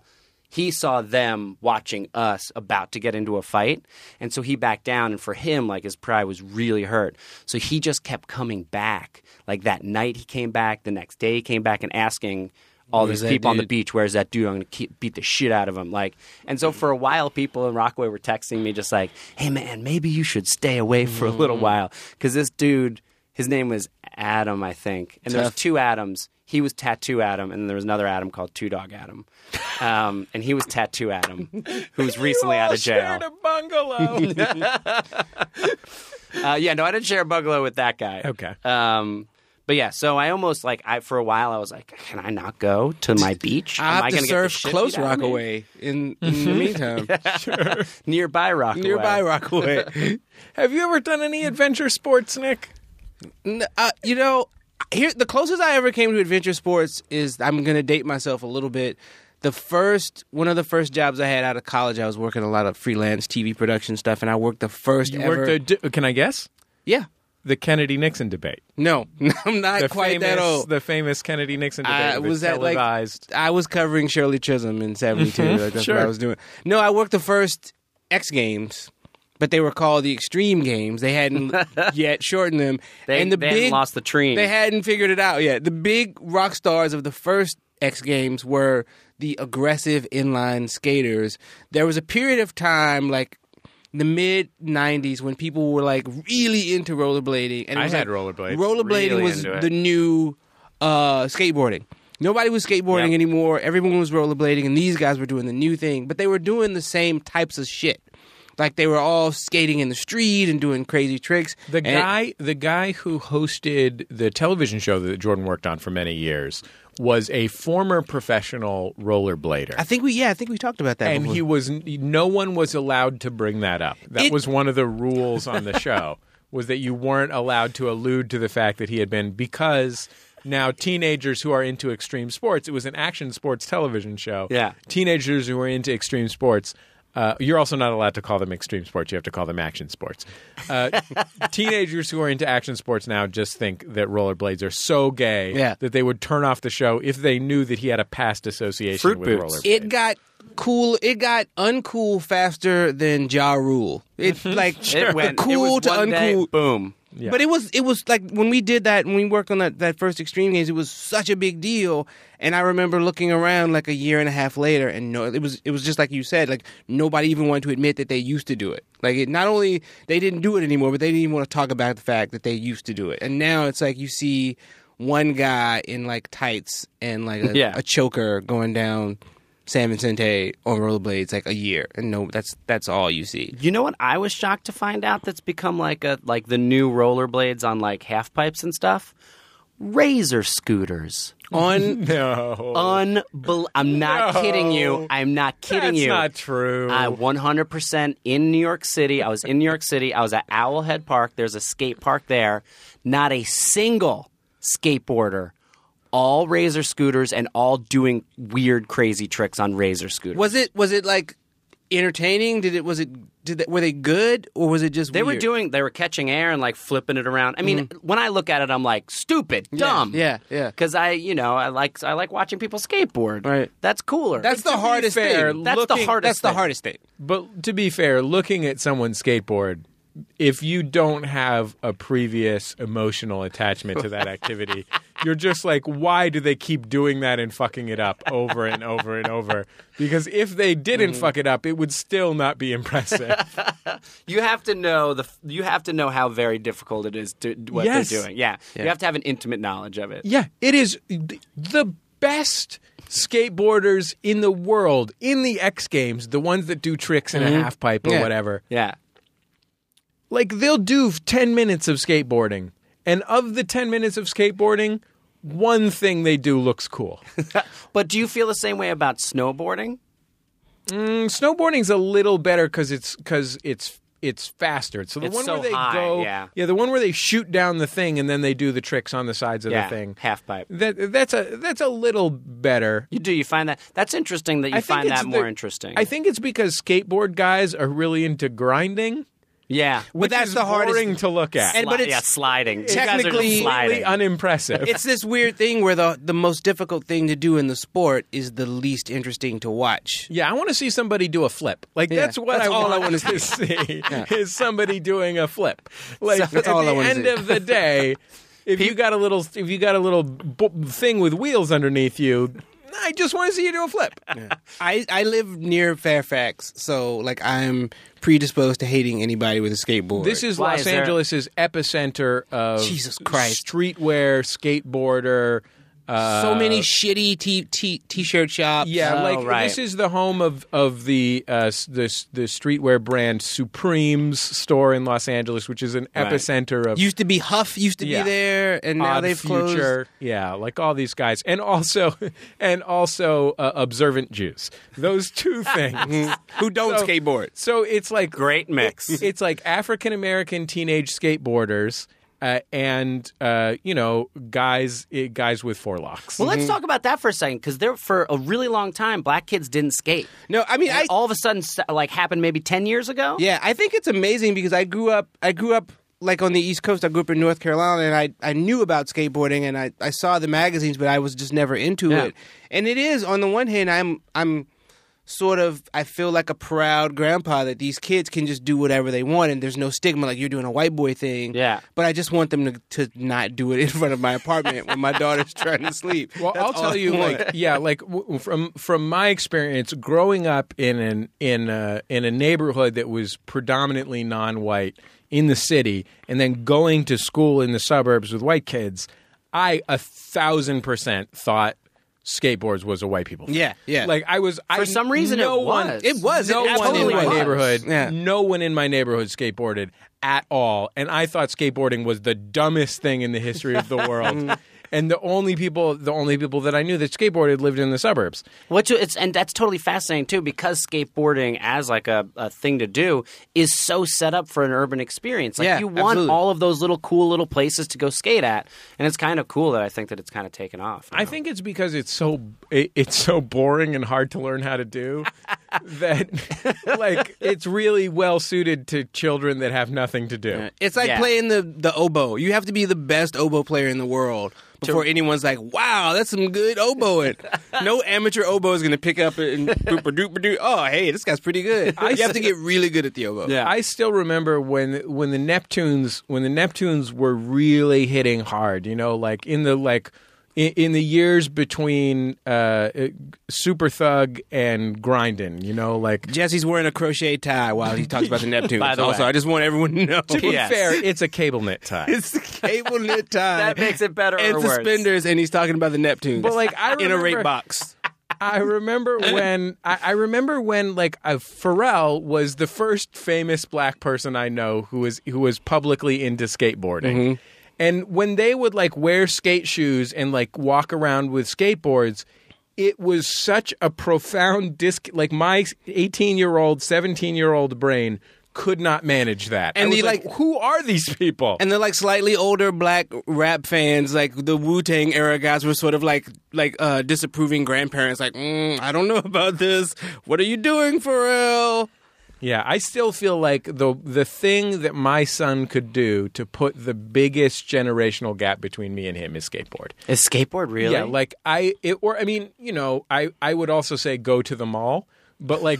Speaker 4: he saw them watching us about to get into a fight, and so he backed down. And for him, like his pride was really hurt, so he just kept coming back. Like that night, he came back. The next day, he came back and asking. All
Speaker 3: Where's that
Speaker 4: these people on the
Speaker 3: dude?
Speaker 4: beach. Where's that dude? I'm gonna keep, beat the shit out of him. Like, and so for a while, people in Rockaway were texting me just like, "Hey man, maybe you should stay away for a little
Speaker 3: Mm.
Speaker 4: while because this dude his name was Adam, I think. And there was
Speaker 3: Tough.
Speaker 4: two Adams. He was Tattoo Adam, and there was another Adam called Two Dog Adam. Um, and he was Tattoo Adam,
Speaker 3: [LAUGHS]
Speaker 4: who was recently
Speaker 2: You all
Speaker 4: out of jail.
Speaker 2: shared a [LAUGHS] bungalow.
Speaker 4: Uh, yeah, no, I didn't share a bungalow with that guy.
Speaker 2: Okay.
Speaker 4: Um, but yeah, so I almost like I for a while I was like, can I not go to my beach?
Speaker 3: I
Speaker 4: Am I
Speaker 3: have to
Speaker 4: gonna
Speaker 3: surf
Speaker 4: get the shit
Speaker 3: close
Speaker 4: beat out of me?
Speaker 3: Rockaway in, in
Speaker 4: [LAUGHS]
Speaker 3: the meantime.
Speaker 4: nearby Rockaway,
Speaker 3: Nearby Rockaway.
Speaker 2: Have you ever done any adventure sports, Nick?
Speaker 3: N- uh, you know, here the closest I ever came to adventure sports is I'm gonna date myself a little bit. The first one of the first jobs I had out of college, I was working a lot of freelance TV production stuff, and I worked the first
Speaker 2: You
Speaker 3: ever.
Speaker 2: worked. A, can I guess?
Speaker 3: yeah,
Speaker 2: The Kennedy Nixon debate.
Speaker 3: no, [LAUGHS] I'm not
Speaker 2: The
Speaker 3: quite
Speaker 2: famous,
Speaker 3: that old.
Speaker 2: The famous Kennedy Nixon debate.
Speaker 3: I
Speaker 2: that's
Speaker 3: was at, like,
Speaker 2: televised.
Speaker 3: I was covering Shirley Chisholm in '72.
Speaker 4: [LAUGHS]
Speaker 3: Like, that's
Speaker 2: Sure.
Speaker 3: what I was doing. No, I worked the first X Games, but they were called the Extreme Games. They
Speaker 4: [LAUGHS]
Speaker 3: hadn't yet shortened them,
Speaker 4: They,
Speaker 3: and the
Speaker 4: they
Speaker 3: big
Speaker 4: hadn't lost the treen.
Speaker 3: They hadn't figured it out yet. The big rock stars of the first X Games were the aggressive inline skaters. There was a period of time, like the mid '90s, when people were like really into rollerblading. And it
Speaker 2: I
Speaker 3: was
Speaker 2: had
Speaker 3: like,
Speaker 2: rollerblades.
Speaker 3: Rollerblading
Speaker 4: Really
Speaker 3: was
Speaker 4: into it.
Speaker 3: the new uh, skateboarding. Nobody was skateboarding
Speaker 4: Yep.
Speaker 3: anymore. Everyone was rollerblading, and these guys were doing the new thing. But they were doing the same types of shit. Like they were all skating in the street and doing crazy tricks.
Speaker 2: The
Speaker 3: And-
Speaker 2: guy, the guy who hosted the television show that Jordan worked on for many years, was a former professional rollerblader.
Speaker 3: I think we, yeah, I think we talked about that.
Speaker 2: and
Speaker 3: before.
Speaker 2: he was no one was allowed to bring that up. That
Speaker 3: It-
Speaker 2: was one of the [LAUGHS] rules on the show was that you weren't allowed to allude to the fact that he had been because now teenagers who are into extreme sports, it was an action sports television show.
Speaker 4: Yeah.
Speaker 2: Teenagers who are into extreme sports. Uh, you're also not allowed to call them extreme sports. You have to call them action sports.
Speaker 3: [LAUGHS]
Speaker 2: Uh, teenagers who are into action sports now just think that rollerblades are so gay
Speaker 3: Yeah.
Speaker 2: that they would turn off the show if they knew that he had a past association
Speaker 4: Fruit
Speaker 2: with
Speaker 4: boots.
Speaker 2: rollerblades.
Speaker 3: It got cool. It got uncool faster than Ja Rule. It's like
Speaker 4: Mm-hmm. It went
Speaker 3: the
Speaker 4: it
Speaker 3: cool
Speaker 4: was
Speaker 3: to
Speaker 4: one day,
Speaker 3: uncool.
Speaker 4: boom.
Speaker 2: Yeah.
Speaker 3: But it was it was like when we did that when we worked on that, that first Extreme Games, it was such a big deal. And I remember looking around like a year and a half later, and no, it was it was just like you said, like nobody even wanted to admit that they used to do it. Like it, not only they didn't do it anymore, but they didn't even want to talk about the fact that they used to do it. And now it's like you see one guy in like tights and like a,
Speaker 4: Yeah.
Speaker 3: a choker going down San Vicente on rollerblades like a year, and no, that's that's all you see.
Speaker 4: You know what I was shocked to find out that's become like a like the new rollerblades on like half pipes and stuff? Razor scooters.
Speaker 3: On
Speaker 2: no.
Speaker 4: Unbel- I'm not
Speaker 2: No.
Speaker 4: kidding you. I'm not kidding
Speaker 2: That's
Speaker 4: you.
Speaker 2: not true.
Speaker 4: I 100% in New York City. I was in New York City. I was at Owl Head Park. There's a skate park there. Not a single skateboarder. All razor scooters and all doing weird, crazy tricks on razor scooters.
Speaker 3: Was it was it like entertaining? Did it was it did they, were they good or was it just
Speaker 4: They were doing. They were catching air and like flipping it around. I mean, when I look at it, I'm like stupid, dumb.
Speaker 3: yeah, yeah.
Speaker 4: Because I, you know, I like I like watching people skateboard.
Speaker 3: Right.
Speaker 4: That's cooler.
Speaker 3: That's
Speaker 2: To
Speaker 3: the
Speaker 2: be
Speaker 3: hardest
Speaker 2: fair,
Speaker 3: thing.
Speaker 4: That's the looking- hardest
Speaker 3: That's the
Speaker 4: thing.
Speaker 3: hardest thing.
Speaker 2: But to be fair, looking at someone's skateboard, if you don't have a previous emotional attachment to that activity, you're just like, why do they keep doing that and fucking it up over and over and over? Because if they didn't fuck it up, it would still not be impressive.
Speaker 4: You have to know the. You have to know how very difficult it is to what
Speaker 2: Yes.
Speaker 4: they're doing. Yeah. You have to have an intimate knowledge of it.
Speaker 2: yeah, it is th- the best skateboarders in the world in the X Games, the ones that do tricks in a half pipe or
Speaker 3: Yeah.
Speaker 2: whatever.
Speaker 4: Yeah.
Speaker 2: like they'll do 10 minutes of skateboarding and of the 10 minutes of skateboarding one thing they do looks
Speaker 4: [LAUGHS]
Speaker 2: cool
Speaker 4: But do you feel the same way about snowboarding?
Speaker 2: And snowboarding's a little better because it's because it's it's faster so the
Speaker 4: It's
Speaker 2: one
Speaker 4: so
Speaker 2: where they
Speaker 4: high,
Speaker 2: go
Speaker 4: yeah.
Speaker 2: the one where they shoot down the thing and then they do the tricks on the sides of
Speaker 4: yeah.
Speaker 2: the thing
Speaker 4: Half pipe.
Speaker 2: that that's a that's a little better
Speaker 4: You do. You find that. That's interesting. That you
Speaker 2: I think
Speaker 4: find
Speaker 2: it's
Speaker 4: that more
Speaker 2: the-
Speaker 4: interesting.
Speaker 2: i think it's because skateboard guys are really into grinding
Speaker 4: Yeah.
Speaker 2: which
Speaker 3: that's
Speaker 2: is
Speaker 3: the hardest-
Speaker 2: boring to look at
Speaker 3: And- but
Speaker 4: Sli-
Speaker 3: it's
Speaker 4: yeah, sliding. You guys are just
Speaker 3: technically-
Speaker 2: really
Speaker 4: sliding.
Speaker 2: unimpressive
Speaker 3: It's this weird thing where the the most difficult thing to do in the sport is the least interesting to
Speaker 2: [LAUGHS]
Speaker 3: watch.
Speaker 2: Yeah, I want to see somebody do a flip. Like
Speaker 3: Yeah,
Speaker 2: that's what
Speaker 3: that's
Speaker 2: I
Speaker 3: all
Speaker 2: want
Speaker 3: I wanna
Speaker 2: to
Speaker 3: [LAUGHS]
Speaker 2: see is somebody doing a flip. Like at
Speaker 3: That's all I
Speaker 2: the
Speaker 3: wanna
Speaker 2: end
Speaker 3: see.
Speaker 2: of the
Speaker 3: [LAUGHS]
Speaker 2: day, if you got a little, if you got a little b- thing with wheels underneath you, I just want to see you do a flip.
Speaker 3: I I live near Fairfax, so like I'm predisposed to hating anybody with a skateboard.
Speaker 2: This is
Speaker 4: Why
Speaker 2: Los
Speaker 4: is there-
Speaker 2: Angeles' epicenter of
Speaker 3: Jesus Christ.
Speaker 2: streetwear, skateboarder. Uh,
Speaker 3: so many shitty t t t-shirt shops.
Speaker 2: Yeah,
Speaker 4: Oh,
Speaker 2: like
Speaker 4: right.
Speaker 2: this is the home of of the uh, s- the s- the streetwear brand Supreme's store in Los Angeles, which is an
Speaker 4: Right.
Speaker 2: epicenter of
Speaker 3: used to be Huff used to
Speaker 2: Yeah.
Speaker 3: be there, and now
Speaker 2: Odd
Speaker 3: they've closed.
Speaker 2: future. Yeah, like all these guys, and also, [LAUGHS] and also uh, observant Jews. Those
Speaker 3: [LAUGHS]
Speaker 2: two things.
Speaker 3: Who don't
Speaker 2: So-
Speaker 3: skateboard?
Speaker 2: so it's like
Speaker 4: Great mix.
Speaker 2: [LAUGHS] It's like African American teenage skateboarders. Uh, and uh, you know, guys, eh, guys with four locks.
Speaker 4: Well, let's talk about that for a second because there for a really long time, black kids didn't skate.
Speaker 3: No, I mean
Speaker 4: And
Speaker 3: I
Speaker 4: all of a sudden, s- like happened maybe ten years ago.
Speaker 3: Yeah, I think it's amazing because I grew up. I grew up like on the East Coast. I grew up in North Carolina, and I I knew about skateboarding, and I I saw the magazines, but I was just never into
Speaker 4: Yeah.
Speaker 3: it. And it is on the one hand, I'm I'm sort of I feel like a proud grandpa that these kids can just do whatever they want, and there's no stigma like you're doing a white boy thing.
Speaker 4: Yeah.
Speaker 3: but I just want them to to not do it in front of my apartment when my [LAUGHS] daughter's trying to sleep.
Speaker 2: Well,
Speaker 3: That's
Speaker 2: I'll
Speaker 3: all
Speaker 2: tell
Speaker 3: I
Speaker 2: you,
Speaker 3: want.
Speaker 2: like, yeah, like w- w- from from my experience growing up in an in a, in a neighborhood that was predominantly non-white in the city, and then going to school in the suburbs with white kids, I a thousand percent thought skateboards was a white people. Thing.
Speaker 3: Yeah, yeah.
Speaker 2: Like I was I,
Speaker 4: For some reason,
Speaker 2: no
Speaker 4: it
Speaker 2: one-
Speaker 4: was.
Speaker 3: It was. It
Speaker 2: no one in
Speaker 3: absolutely
Speaker 2: my
Speaker 3: was.
Speaker 2: neighborhood.
Speaker 3: Yeah.
Speaker 2: No one in my neighborhood
Speaker 4: [LAUGHS]
Speaker 2: skateboarded at all, and I thought skateboarding was the dumbest thing in the history of the world. and the only people, the only people that I knew that skateboarded lived in the suburbs.
Speaker 4: What you, it's and that's totally fascinating too because skateboarding as like a, a thing to do is so set up for an urban experience. Like
Speaker 3: Yeah,
Speaker 4: you want
Speaker 3: absolutely.
Speaker 4: all of those little cool little places to go skate at, and it's kind of cool that I think that it's kind of taken off. you
Speaker 2: I
Speaker 4: know?
Speaker 2: think it's because it's so it, it's so boring and hard to learn how to
Speaker 4: [LAUGHS]
Speaker 2: do that [LAUGHS] like it's really well suited to children that have nothing to do.
Speaker 3: It's like
Speaker 4: Yeah.
Speaker 3: playing the, the oboe. You have to be the best oboe player in the world before anyone's like, wow, that's some good
Speaker 4: [LAUGHS]
Speaker 3: oboeing. no amateur oboe is going to pick up and boop a doop a doo. Oh, hey, this guy's pretty good. you have to get really good at the oboe.
Speaker 4: Yeah.
Speaker 2: I still remember when when the Neptunes when the Neptunes were really hitting hard. You know, like in the like in, in the years between uh, Super Thug and Grindin. You know, like
Speaker 3: Jesse's wearing a crochet tie while he talks about the Neptune.
Speaker 4: [LAUGHS] By the
Speaker 3: also,
Speaker 4: way.
Speaker 3: I just want everyone
Speaker 4: [LAUGHS]
Speaker 3: to know.
Speaker 2: to be [LAUGHS]
Speaker 4: Yes.
Speaker 2: fair, it's a cable knit tie.
Speaker 3: It's a [LAUGHS] cable knit tie.
Speaker 4: [LAUGHS] That makes it better
Speaker 3: And
Speaker 4: or worse.
Speaker 3: suspenders, and he's talking about the Neptunes.
Speaker 2: But, like, I
Speaker 3: in a
Speaker 2: remember-
Speaker 3: rape box.
Speaker 2: I remember when I, I remember when like uh, Pharrell was the first famous black person I know who was who was publicly into skateboarding. And when they would like wear skate shoes and like walk around with skateboards, it was such a profound disc like my 18-year-old, 17-year-old brain could not manage that.
Speaker 3: And
Speaker 2: And I was
Speaker 3: the,
Speaker 2: like,
Speaker 3: like-
Speaker 2: who are these people?
Speaker 3: And they're like slightly older black rap fans, like the Wu Tang era guys were sort of like like uh, disapproving grandparents, like, mm, I don't know about this. What are you doing, Pharrell?
Speaker 2: Yeah, I still feel like the the thing that my son could do to put the biggest generational gap between me and him is skateboard.
Speaker 4: is skateboard really?
Speaker 2: Yeah, like I it or I mean, you know, I I would also say go to the mall, but
Speaker 4: [LAUGHS]
Speaker 2: like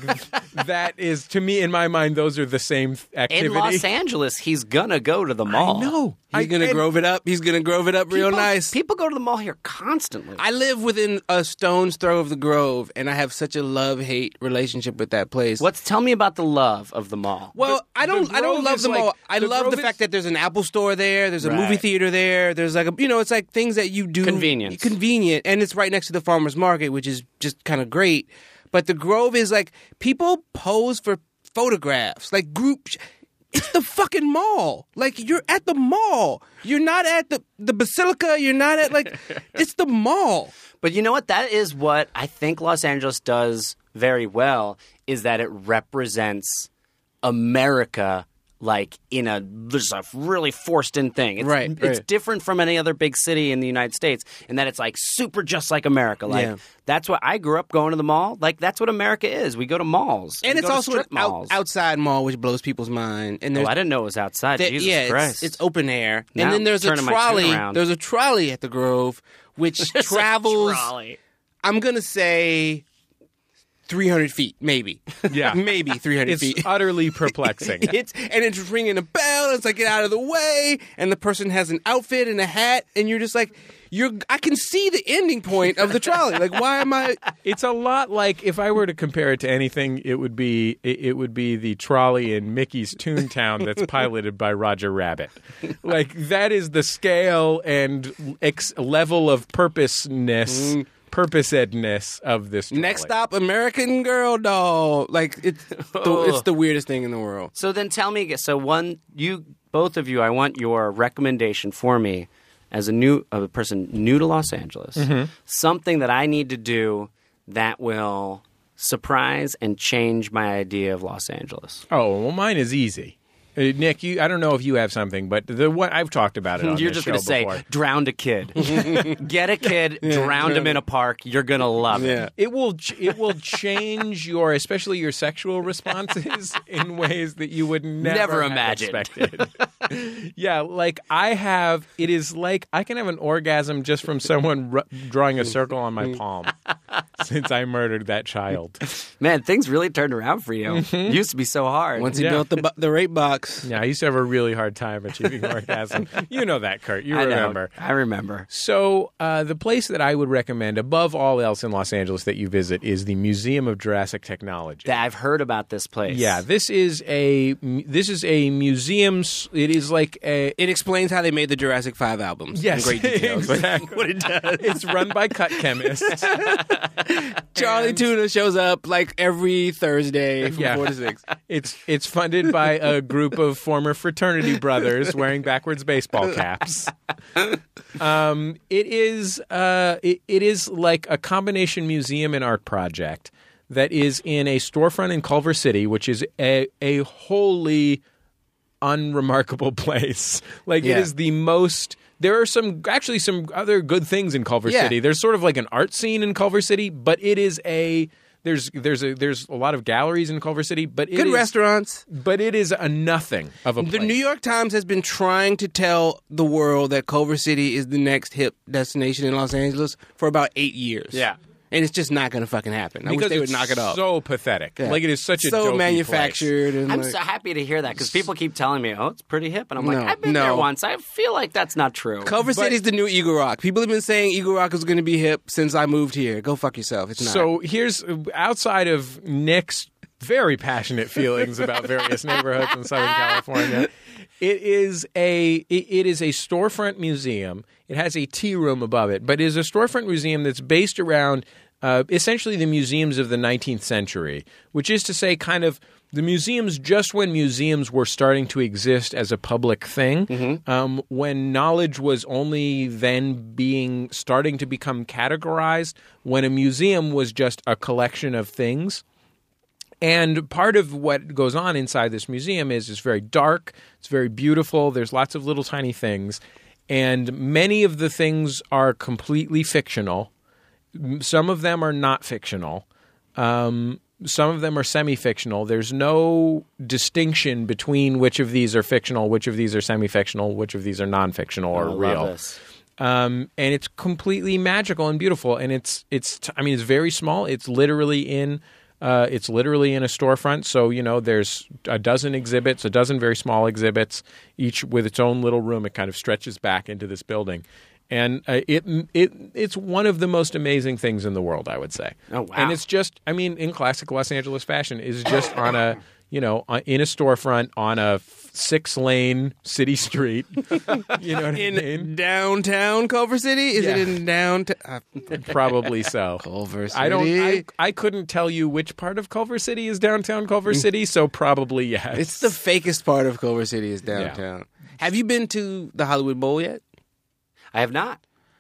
Speaker 2: that is to me in my mind those are the same th- activity.
Speaker 4: in Los Angeles, he's gonna go to the mall.
Speaker 2: No.
Speaker 3: He's gonna
Speaker 2: and-
Speaker 3: grove it up. He's gonna grove it up real
Speaker 4: People-
Speaker 3: nice.
Speaker 4: People go to the mall here constantly.
Speaker 3: I live within a stone's throw of the Grove, and I have such a love hate relationship with that place.
Speaker 4: What's tell me about the love of the mall?
Speaker 3: Well, I don't.
Speaker 2: the
Speaker 3: I
Speaker 2: Grove
Speaker 3: don't love
Speaker 2: is
Speaker 3: them
Speaker 2: like-
Speaker 3: all. I
Speaker 2: the
Speaker 3: love
Speaker 2: Grove
Speaker 3: the
Speaker 2: is-
Speaker 3: fact that there's an Apple store there. There's a movie
Speaker 4: Right.
Speaker 3: theater there. There's like a you know, it's like things that you do
Speaker 4: Convenience.
Speaker 3: convenient, and it's right next to the farmers market, which is just kind of great. But the Grove is like people pose for photographs, like group. Sh- it's the fucking mall. Like you're at the mall. You're not at the the basilica. You're not at like it's
Speaker 2: [LAUGHS]
Speaker 3: the mall.
Speaker 4: But you know what? That is what I think Los Angeles does very well is that it represents America like in a there's a really forced in thing. It's,
Speaker 3: Right,
Speaker 4: It's
Speaker 3: right.
Speaker 4: different from any other big city in the United States in that it's like super just like America. Like
Speaker 3: Yeah.
Speaker 4: that's what I grew up going to the mall. Like that's what America is. We go to malls.
Speaker 3: And
Speaker 4: We
Speaker 3: it's
Speaker 4: go to
Speaker 3: also an
Speaker 4: strip
Speaker 3: out,
Speaker 4: malls.
Speaker 3: outside mall, which blows people's mind. And
Speaker 4: Oh,
Speaker 3: there's
Speaker 4: I didn't know it was outside.
Speaker 3: that-
Speaker 4: Jesus
Speaker 3: yeah, it's-
Speaker 4: Christ.
Speaker 3: It's, open air.
Speaker 4: Now
Speaker 3: and then
Speaker 4: I'm
Speaker 3: there's a
Speaker 4: turning my tune
Speaker 3: trolley.
Speaker 4: around.
Speaker 3: There's a trolley at the Grove,
Speaker 4: [LAUGHS]
Speaker 3: which travels.
Speaker 4: Trolley.
Speaker 3: I'm gonna say. 300 feet, maybe.
Speaker 2: Yeah.
Speaker 3: [LAUGHS] maybe 300 feet.
Speaker 2: It's utterly perplexing.
Speaker 4: [LAUGHS]
Speaker 3: [LAUGHS] It's and it's ringing a bell. It's like get out of the way, and the person has an outfit and a hat, and you're just like, you're. I can see the ending point of the trolley. Like, why am
Speaker 4: [LAUGHS]
Speaker 3: I?
Speaker 2: It's a lot like if I were to compare it to anything, it would be it, it would be the trolley in Mickey's Toontown that's piloted by Roger Rabbit. Like that is the scale and ex- level of purposeness,
Speaker 4: Mm.
Speaker 2: purposedness of this. Trolley.
Speaker 3: Next stop, American Girl doll. Like it's the,
Speaker 4: [LAUGHS]
Speaker 3: it's the weirdest thing in the world.
Speaker 4: So then tell me so one you both of you I want your recommendation for me as a new a person new to Los Angeles.
Speaker 2: Mm-hmm.
Speaker 4: Something that I need to do that will surprise and change my idea of Los Angeles.
Speaker 2: Oh well, mine is easy. Uh, Nick, you, I don't know if you have something, but the one I've talked about it. On
Speaker 4: [LAUGHS] You're
Speaker 2: this
Speaker 4: just
Speaker 2: show
Speaker 4: going to say
Speaker 2: before.
Speaker 4: drown
Speaker 2: [LAUGHS]
Speaker 4: a kid. Get a kid, drown him in a park. You're going to love
Speaker 3: Yeah.
Speaker 4: it.
Speaker 2: it will ch- it will change your especially your sexual
Speaker 4: [LAUGHS]
Speaker 2: responses in ways that you would never,
Speaker 4: Never
Speaker 2: have
Speaker 4: imagined.
Speaker 2: expected. [LAUGHS] yeah, like I have. It is like I can have an orgasm just from someone r- drawing a circle on
Speaker 4: Mm.
Speaker 2: my
Speaker 4: [LAUGHS]
Speaker 2: palm since I murdered that child.
Speaker 4: Man, things really turned around for you.
Speaker 2: Mm-hmm.
Speaker 4: It used to be so hard.
Speaker 3: Once he
Speaker 2: Yeah.
Speaker 3: built the bu- the rape box,
Speaker 2: Yeah, I used to have a really hard time achieving
Speaker 4: [LAUGHS]
Speaker 2: orgasm. You know that, Kurt. You
Speaker 4: I know.
Speaker 2: remember.
Speaker 4: I remember.
Speaker 2: So, uh, the place that I would recommend above all else in Los Angeles that you visit is the Museum of Jurassic Technology.
Speaker 4: That I've heard about this place.
Speaker 2: Yeah, this is a this is a museum. s- It is like a
Speaker 3: it explains how they made the Jurassic Five albums.
Speaker 2: [LAUGHS]
Speaker 3: in
Speaker 2: yes,
Speaker 3: great detail.
Speaker 2: exactly. what it does. It's run by cut chemists,
Speaker 3: Charlie Tuna shows up like every Thursday from
Speaker 2: Yeah.
Speaker 3: four to six.
Speaker 2: [LAUGHS] It's it's funded by a group of former fraternity brothers wearing backwards baseball caps. Um, it is uh, it, it is like a combination museum and art project that is in a storefront in Culver City, which is a a wholly unremarkable [LAUGHS] place. Like
Speaker 3: Yeah.
Speaker 2: it is the most. There are some actually some other good things in Culver
Speaker 3: Yeah.
Speaker 2: City. There's sort of like an art scene in Culver City, but it is a there's there's a there's a lot of galleries in Culver City, but it
Speaker 3: Good
Speaker 2: is-
Speaker 3: restaurants.
Speaker 2: But it is a nothing of a
Speaker 3: The
Speaker 2: place.
Speaker 3: New York Times has been trying to tell the world that Culver City is the next hip destination in Los Angeles for about eight years.
Speaker 2: Yeah.
Speaker 3: And it's just not going to fucking happen. I
Speaker 2: because
Speaker 3: wish they would
Speaker 2: it's
Speaker 3: knock it off.
Speaker 2: So pathetic.
Speaker 3: Yeah.
Speaker 2: Like it is such a dopey
Speaker 3: so
Speaker 2: place.
Speaker 3: manufactured. And
Speaker 4: I'm
Speaker 3: like-
Speaker 4: so happy to hear that because people keep telling me, "Oh, it's pretty hip," and I'm like,
Speaker 3: No,
Speaker 4: "I've been there
Speaker 3: no.
Speaker 4: once." I feel like that's not true.
Speaker 3: Culver City's the new Eagle Rock. People have been saying Eagle Rock is going to be hip since I moved here. Go fuck yourself. It's not.
Speaker 2: So here's outside of Nick's very passionate feelings about various neighborhoods in Southern California. It is a it, it is a storefront museum. It has a tea room above it, but it is a storefront museum that's based around uh, essentially the museums of the 19th century, which is to say, kind of the museums just when museums were starting to exist as a public thing, um, when knowledge was only then being starting to become categorized, when a museum was just a collection of things. And part of what goes on inside this museum is it's very dark, it's very beautiful, there's lots of little tiny things, and many of the things are completely fictional. M- Some of them are not fictional. Um, some of them are semi-fictional. There's no distinction between which of these are fictional, which of these are semi-fictional, which of these are non-fictional or
Speaker 4: Oh, I love
Speaker 2: real
Speaker 4: this.
Speaker 2: um, and it's completely magical and beautiful. And it's it's t- I mean it's very small. It's literally in uh, it's literally in a storefront. So you know there's a dozen exhibits, a dozen very small exhibits, each with its own little room. It kind of stretches back into this building, and uh, it it it's one of the most amazing things in the world. I would say.
Speaker 4: Oh, wow.
Speaker 2: And it's just I mean in classic Los Angeles fashion is just on a you know on- in a storefront on a six lane city street. [LAUGHS] you know what I mean?
Speaker 3: in downtown Culver City? Is it
Speaker 2: Yeah.
Speaker 3: in downtown?
Speaker 2: Probably so.
Speaker 3: Culver City.
Speaker 2: I don't. I, I couldn't tell you which part of Culver City is downtown
Speaker 4: Mm.
Speaker 2: Culver City, so probably yes.
Speaker 3: It's the fakest part of Culver City is downtown. Have you been to the Hollywood Bowl yet?
Speaker 4: I have not.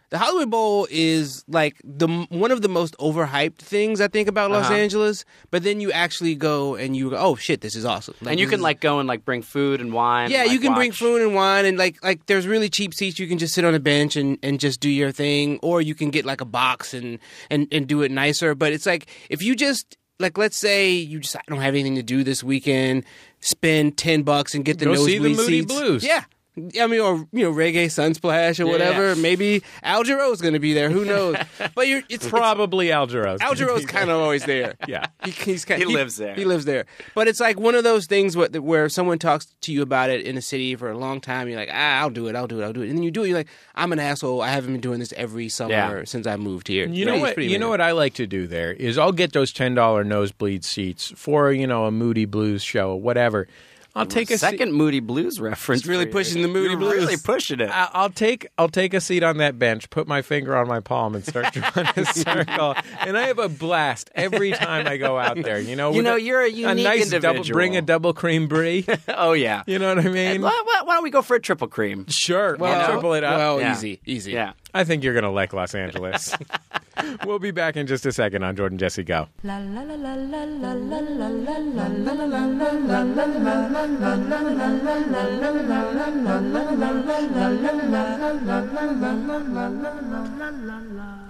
Speaker 3: The Hollywood Bowl is like the one of the most overhyped things I think
Speaker 4: Uh-huh.
Speaker 3: about Los Angeles. But then you actually go and you go, oh shit, this is awesome.
Speaker 4: and you
Speaker 3: this
Speaker 4: can
Speaker 3: is-
Speaker 4: like go and like bring food and wine.
Speaker 3: yeah,
Speaker 4: and,
Speaker 3: you
Speaker 4: like,
Speaker 3: can bring
Speaker 4: watch.
Speaker 3: food and wine and like like there's really cheap seats. You can just sit on a bench and and just do your thing, or you can get like a box and and and do it nicer. But it's like if you just like let's say you just I don't have anything to do this weekend, spend ten bucks and get the
Speaker 2: Go see
Speaker 3: nosebleed
Speaker 2: the Moody
Speaker 3: seats.
Speaker 2: Blues.
Speaker 3: Yeah. I mean, or you know, reggae sunsplash or whatever. Maybe Al Jarreau's going to be there.
Speaker 4: [LAUGHS]
Speaker 3: Who knows? but you're it's it's-
Speaker 2: probably Al Jarreau's.
Speaker 3: Al Jarreau's kind of always there.
Speaker 2: [LAUGHS] Yeah.
Speaker 3: he, he's kind,
Speaker 4: He lives there.
Speaker 3: He lives there. But it's like one of those things where, where someone talks to you about it in a city for a long time. You're like, ah, I'll do it. I'll do it. I'll do it. And then you do it. You're like, I'm an asshole. I haven't been doing this every summer
Speaker 4: Yeah.
Speaker 3: since I moved here.
Speaker 2: You know what? You know what I like to do there is I'll get those ten dollar nosebleed seats for you know a Moody Blues show or whatever. I'll take a
Speaker 4: Second Moody Blues reference.
Speaker 3: It's really
Speaker 4: for you.
Speaker 3: pushing the Moody
Speaker 4: You're
Speaker 3: Blues. Ah.
Speaker 4: Really pushing it.
Speaker 2: Seat, I- I'll take I'll take a seat on that bench, put my finger on my palm, and start drawing
Speaker 4: [LAUGHS]
Speaker 2: a circle. And I have a blast every time I go out there. You know,
Speaker 4: You
Speaker 2: with
Speaker 4: know,
Speaker 2: a,
Speaker 4: you're a
Speaker 2: a
Speaker 4: unique
Speaker 2: nice double.
Speaker 4: individual.
Speaker 2: Bring a double cream brie.
Speaker 4: oh yeah.
Speaker 2: You know
Speaker 4: [LAUGHS]
Speaker 2: what I
Speaker 4: Hey,
Speaker 2: mean?
Speaker 4: why, why- why don't we go for a triple cream?
Speaker 2: Sure,
Speaker 3: Well,
Speaker 2: I'll triple it up.
Speaker 3: Well,
Speaker 4: Yeah.
Speaker 3: easy, easy.
Speaker 4: Yeah.
Speaker 2: I think you're going to like Los Angeles. we'll be back in just a second on Jordan Jesse Go.
Speaker 1: La la la la la la la la la la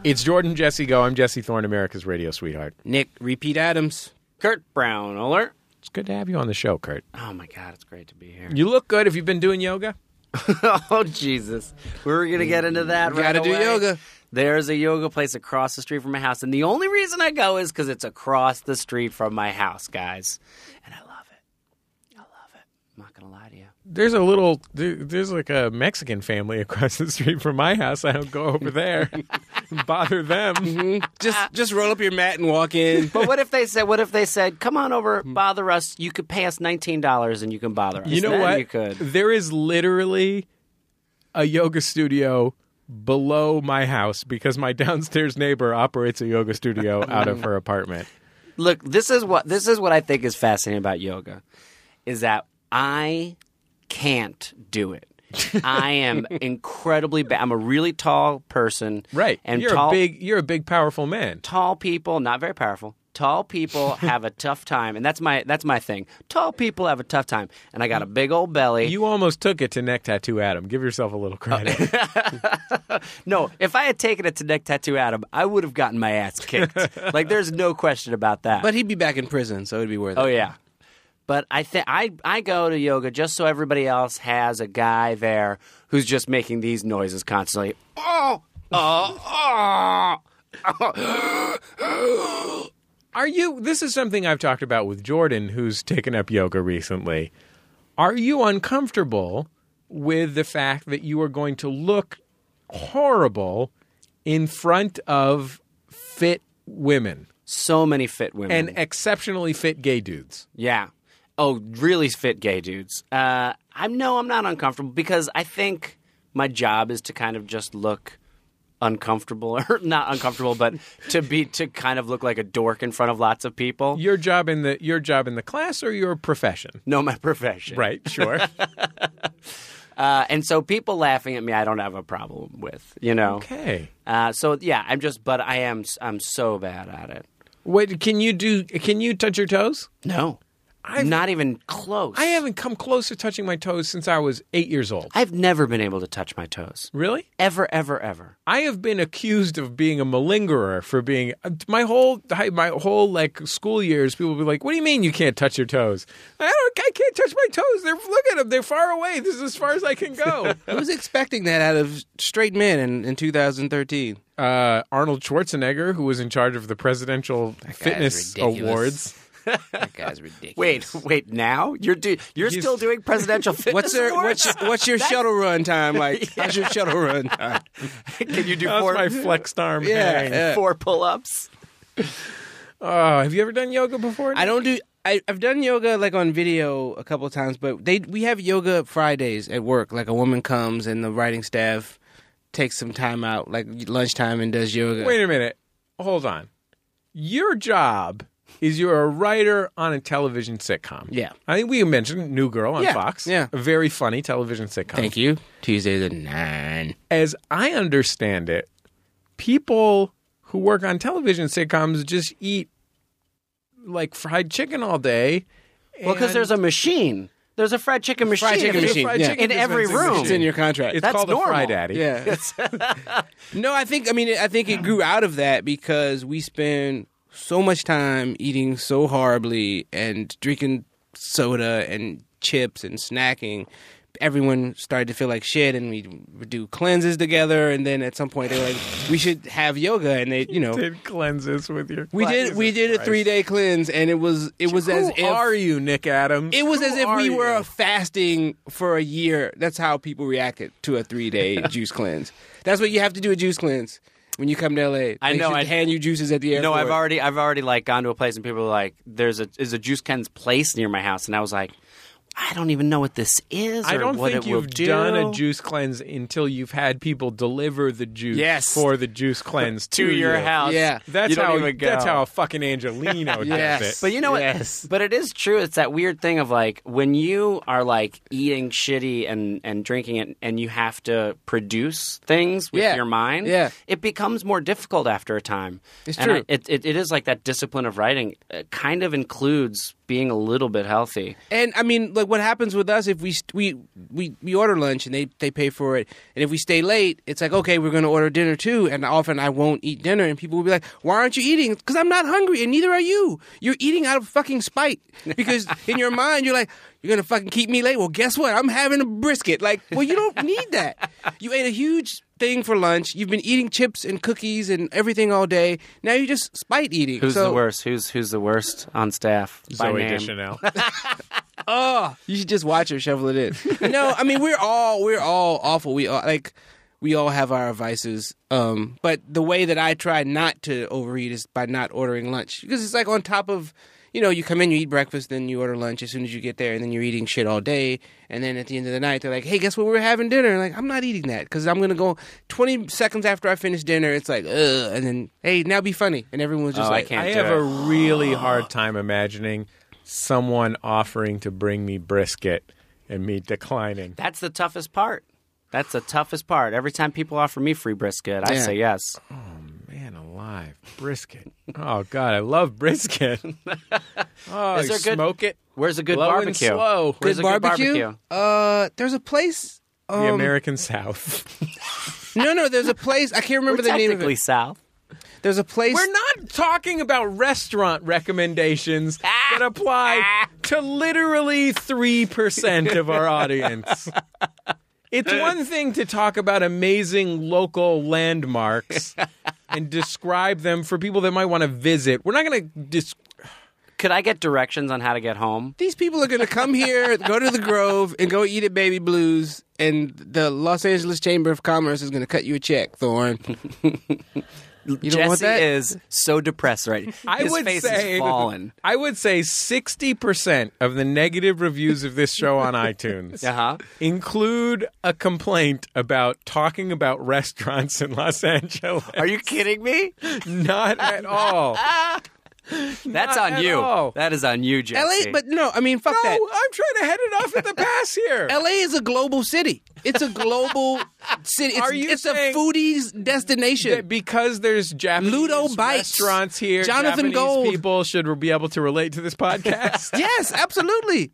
Speaker 2: It's Jordan Jesse Go. I'm Jesse Thorne, America's radio sweetheart.
Speaker 3: Nick, repeat Adams.
Speaker 4: Kurt Brown alert.
Speaker 2: It's good to have you on the show, Kurt.
Speaker 4: Oh my God, it's great to be here.
Speaker 2: You look good. Have you been doing yoga?
Speaker 4: [LAUGHS] oh Jesus, we were gonna get into that.
Speaker 3: You
Speaker 4: right
Speaker 3: gotta do
Speaker 4: away.
Speaker 3: yoga.
Speaker 4: There's a yoga place across the street from my house, and the only reason I go is because it's across the street from my house, guys. And I love it. I love it. I'm not gonna lie to you.
Speaker 2: There's a little, there- there's like a Mexican family across the street from my house. I don't go over there and bother them.
Speaker 3: Just
Speaker 4: [LAUGHS]
Speaker 3: just roll up your mat and walk in.
Speaker 4: But what if they said? What if they said, "Come on over,
Speaker 3: Hmm.
Speaker 4: bother us. You could pay us nineteen dollars, and you can bother us."
Speaker 2: You know
Speaker 4: Then
Speaker 2: what?
Speaker 4: You could.
Speaker 2: There is literally a yoga studio below my house because my [LAUGHS] downstairs neighbor operates a yoga studio out of her apartment.
Speaker 4: look this is what this is what i think is fascinating about yoga is that i can't do it
Speaker 2: [LAUGHS]
Speaker 4: i am incredibly bad i'm a really tall person
Speaker 2: Right.
Speaker 4: and
Speaker 2: you're
Speaker 4: tall,
Speaker 2: a big you're a big powerful man.
Speaker 4: tall people not very powerful
Speaker 2: [LAUGHS]
Speaker 4: tall people have a tough time and that's my that's my thing tall people have a tough time and i got a big old belly
Speaker 2: You almost took it to neck tattoo Adam. Give yourself a little credit. [LAUGHS]
Speaker 4: No, if I had taken it to neck tattoo Adam, I would have gotten my
Speaker 2: [LAUGHS]
Speaker 4: ass kicked. like there's no question about that.
Speaker 3: But he'd be back in prison, so it'd be worth
Speaker 4: oh
Speaker 3: it.
Speaker 4: yeah. But I think I I go to yoga just so everybody else has a guy there who's just making these noises constantly. Oh, oh, oh.
Speaker 2: Are you? This is something I've talked about with Jordan, who's taken up yoga recently. Are you uncomfortable with the fact that you are going to look horrible in front of fit women
Speaker 4: so many fit women.
Speaker 2: and exceptionally fit gay dudes?
Speaker 4: Yeah. Oh, really fit gay dudes. Uh, I'm no, I'm not uncomfortable because I think my job is to kind of just look uncomfortable [LAUGHS] or not uncomfortable, but to be to kind of look like a dork in front of lots of people.
Speaker 2: Your job in the your job in the class or your profession?
Speaker 4: know my profession,
Speaker 2: Right. Sure.
Speaker 4: Uh, and so people laughing at me, I don't have a problem with, you
Speaker 2: [LAUGHS]
Speaker 4: know.
Speaker 2: okay.
Speaker 4: Uh, so yeah, I'm just, but I am, I'm so bad at it.
Speaker 2: What can you do? Can you touch your toes?
Speaker 4: No,
Speaker 2: I've-
Speaker 4: I'm not even close.
Speaker 2: I haven't come close to touching my toes since I was eight years old.
Speaker 4: I've never been able to touch my toes,
Speaker 2: Really?
Speaker 4: ever, ever, ever.
Speaker 2: I have been accused of being a malingerer for being my whole my whole like school years. People will be like, "What do you mean you can't touch your toes?" I don't. I can't touch my toes. They're look at them. They're far away. This is as far as I can go.
Speaker 3: I was expecting that out of straight men in, in
Speaker 4: [LAUGHS]
Speaker 3: 2013.
Speaker 2: [LAUGHS] uh, Arnold Schwarzenegger, who was in charge of the presidential fitness
Speaker 3: ridiculous.
Speaker 2: awards,
Speaker 3: That guy's ridiculous.
Speaker 4: Wait, wait! Now you're do- you're
Speaker 2: He's-
Speaker 4: still doing [LAUGHS] presidential fitness
Speaker 3: What's your
Speaker 4: awards?
Speaker 3: what's your, what's your shuttle run time like? How's your shuttle run time?
Speaker 4: [LAUGHS] Can you do
Speaker 2: that was
Speaker 4: four [LAUGHS]
Speaker 2: my flexed arm.
Speaker 3: Yeah,
Speaker 2: hang.
Speaker 3: yeah.
Speaker 4: four pull-ups?
Speaker 2: Oh, have you ever done yoga before?
Speaker 3: I don't do. I, I've done yoga like on video a couple of times, but they we have yoga Fridays at work. Like a woman comes and the writing staff takes some time out, like lunchtime, and does yoga.
Speaker 2: Wait a minute. Hold on. Your job is you're a writer on a television sitcom.
Speaker 3: Yeah.
Speaker 2: I think we mentioned New Girl on
Speaker 3: Yeah,
Speaker 2: Fox.
Speaker 3: yeah.
Speaker 2: A very funny television sitcom.
Speaker 3: Thank you. Tuesdays at nine.
Speaker 2: As I understand it, people who work on television sitcoms just eat like fried chicken all day.
Speaker 4: Well, because
Speaker 2: and
Speaker 4: there's a machine. There's a fried chicken machine.
Speaker 3: Fried chicken
Speaker 4: If you-
Speaker 3: machine,
Speaker 2: fried
Speaker 3: yeah.
Speaker 2: chicken
Speaker 4: In every
Speaker 2: dispensing
Speaker 4: room.
Speaker 2: machine.
Speaker 3: It's in your contract.
Speaker 2: It's
Speaker 4: That's
Speaker 2: called a
Speaker 4: normal.
Speaker 2: fry daddy. [LAUGHS]
Speaker 3: Yeah. no, I think I mean I think it grew out of that because we spend so much time eating so horribly and drinking soda and chips and snacking. Everyone started to feel like shit, and we would do cleanses together. And then at some point, they were like, "We should have yoga," and they,
Speaker 2: [LAUGHS]
Speaker 3: you know.
Speaker 2: Did cleanses with your
Speaker 3: We did.
Speaker 2: Jesus
Speaker 3: We did a
Speaker 2: Christ.
Speaker 3: three day cleanse, and it was it was
Speaker 2: Who
Speaker 3: as if
Speaker 2: are you, Nick Adams?
Speaker 3: it was
Speaker 2: Who
Speaker 3: as if
Speaker 2: are
Speaker 3: we
Speaker 2: you?
Speaker 3: were fasting for a year. That's how people reacted to a three
Speaker 4: [LAUGHS]
Speaker 3: day juice cleanse. That's what you have to do a juice cleanse when you come to LA.
Speaker 4: I
Speaker 3: They
Speaker 4: know,
Speaker 3: should
Speaker 4: I-
Speaker 3: hand you juices at the airport.
Speaker 4: No, I've already I've already like gone to a place and people are like, "There's a is a juice Ken's place near my house," and I was like, "I don't even know what this is."
Speaker 2: I
Speaker 4: or
Speaker 2: don't
Speaker 4: what
Speaker 2: think
Speaker 4: it will
Speaker 2: you've done
Speaker 4: do."
Speaker 2: a juice cleanse until you've had people deliver the juice
Speaker 4: Yes.
Speaker 2: for the juice cleanse
Speaker 4: to your
Speaker 2: you.
Speaker 4: house.
Speaker 3: Yeah.
Speaker 2: That's
Speaker 4: You don't
Speaker 2: how
Speaker 4: even go.
Speaker 2: that's how a fucking Angelino does it.
Speaker 3: Yes.
Speaker 4: But you know what?
Speaker 3: Yes.
Speaker 4: But it is true. It's that weird thing of like when you are like eating shitty and and drinking it, and you have to produce things with
Speaker 3: Yeah.
Speaker 4: your mind.
Speaker 3: Yeah.
Speaker 4: it becomes more difficult after a time.
Speaker 3: It's
Speaker 4: and I-
Speaker 3: true.
Speaker 4: it, it it is like that discipline of writing uh, kind of includes being a little bit healthy.
Speaker 3: And I mean, like, what happens with us if we st- we we we order lunch and they they pay for it, and if we stay late, it's like okay, we're going to order dinner too. And often I won't eat dinner, and people will be like, "Why aren't you eating?" Because I'm not hungry, and neither are you. You're eating out of fucking spite because in your mind you're like, "You're going to fucking keep me late." Well, guess what? I'm having a brisket. Like, well, you don't need that. You ate a huge thing for lunch. You've been eating chips and cookies and everything all day. Now you're just spite eating.
Speaker 4: Who's
Speaker 3: So-
Speaker 4: the worst? Who's who's the worst on staff? by
Speaker 2: Zoe
Speaker 4: name? [LAUGHS]
Speaker 2: Deschanel.
Speaker 3: Oh, you should just watch her shovel it in.
Speaker 4: [LAUGHS]
Speaker 3: no, I mean we're all we're all awful. We all like we all have our vices. Um, but the way that I try not to overeat is by not ordering lunch because it's like on top of you know, you come in, you eat breakfast, then you order lunch as soon as you get there, and then you're eating shit all day. And then at the end of the night, they're like, hey, guess what? We're having dinner. And like, I'm not eating that because I'm going to go 20 seconds after I finish dinner. It's like, ugh. And then, hey, now be funny. And everyone's just
Speaker 4: Oh, I
Speaker 3: like,
Speaker 4: can't
Speaker 2: I
Speaker 4: do
Speaker 2: have
Speaker 4: it.
Speaker 2: a really hard time imagining someone offering to bring me brisket and me declining.
Speaker 4: That's the toughest part. That's the toughest part. Every time people offer me free brisket, I
Speaker 3: Yeah.
Speaker 4: say yes.
Speaker 2: Man alive, brisket. Oh God, I love
Speaker 4: [LAUGHS]
Speaker 2: brisket. Oh, you
Speaker 4: Is there good-
Speaker 2: smoke it.
Speaker 4: Where's a good
Speaker 2: Low and
Speaker 4: barbecue?
Speaker 2: slow.
Speaker 4: Where's
Speaker 3: good
Speaker 4: a
Speaker 3: barbecue?
Speaker 4: good barbecue?
Speaker 3: Uh, there's a place.
Speaker 2: the
Speaker 3: Um,
Speaker 2: American South.
Speaker 3: no, no, there's a place. I can't remember
Speaker 4: We're
Speaker 3: the name of
Speaker 4: technically
Speaker 3: it.
Speaker 4: south.
Speaker 3: There's a place.
Speaker 2: We're not talking about restaurant recommendations
Speaker 4: Ah.
Speaker 2: that apply to literally 3% of our audience. It's one thing to talk about amazing local landmarks and describe them for people that might want to visit. We're not going to dis-
Speaker 4: Could I get directions on how to get home?
Speaker 3: these people are going to come here, go to the Grove, and go eat at Baby Blues, and the Los Angeles Chamber of Commerce is going to cut you a check,
Speaker 4: [LAUGHS]
Speaker 3: Thorne. You don't
Speaker 4: Jesse
Speaker 3: want that?
Speaker 4: is so depressed right now.
Speaker 2: I
Speaker 4: His
Speaker 2: would
Speaker 4: face
Speaker 2: say
Speaker 4: is fallen.
Speaker 2: I would say 60% of the negative reviews of this show on iTunes
Speaker 4: Uh-huh.
Speaker 2: include a complaint about talking about restaurants in Los Angeles.
Speaker 4: Are you kidding me?
Speaker 2: Not at [LAUGHS] all.
Speaker 4: That's
Speaker 2: Not
Speaker 4: on
Speaker 2: at
Speaker 4: you.
Speaker 2: all.
Speaker 4: That is on you, Jesse.
Speaker 3: LA, but no, I mean, fuck
Speaker 2: No,
Speaker 3: that.
Speaker 2: I'm trying to head it off at the pass [LAUGHS] here.
Speaker 3: LA is a global city. It's a global [LAUGHS] city. It's,
Speaker 2: Are you
Speaker 3: it's a
Speaker 2: saying
Speaker 3: foodie's destination.
Speaker 2: That because there's Japanese
Speaker 3: Ludo Bites.
Speaker 2: restaurants here,
Speaker 3: Jonathan
Speaker 2: Japanese
Speaker 3: Gold.
Speaker 2: people should be able to relate to this [LAUGHS] podcast. [LAUGHS]
Speaker 3: yes, absolutely.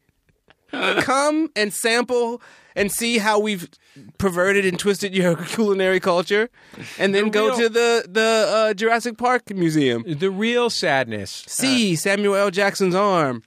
Speaker 3: Come and sample and see how we've perverted and twisted your [LAUGHS] culinary culture, and then go
Speaker 2: real-
Speaker 3: to the the uh, Jurassic Park Museum.
Speaker 2: the real sadness
Speaker 3: See Samuel L. Jackson's arm.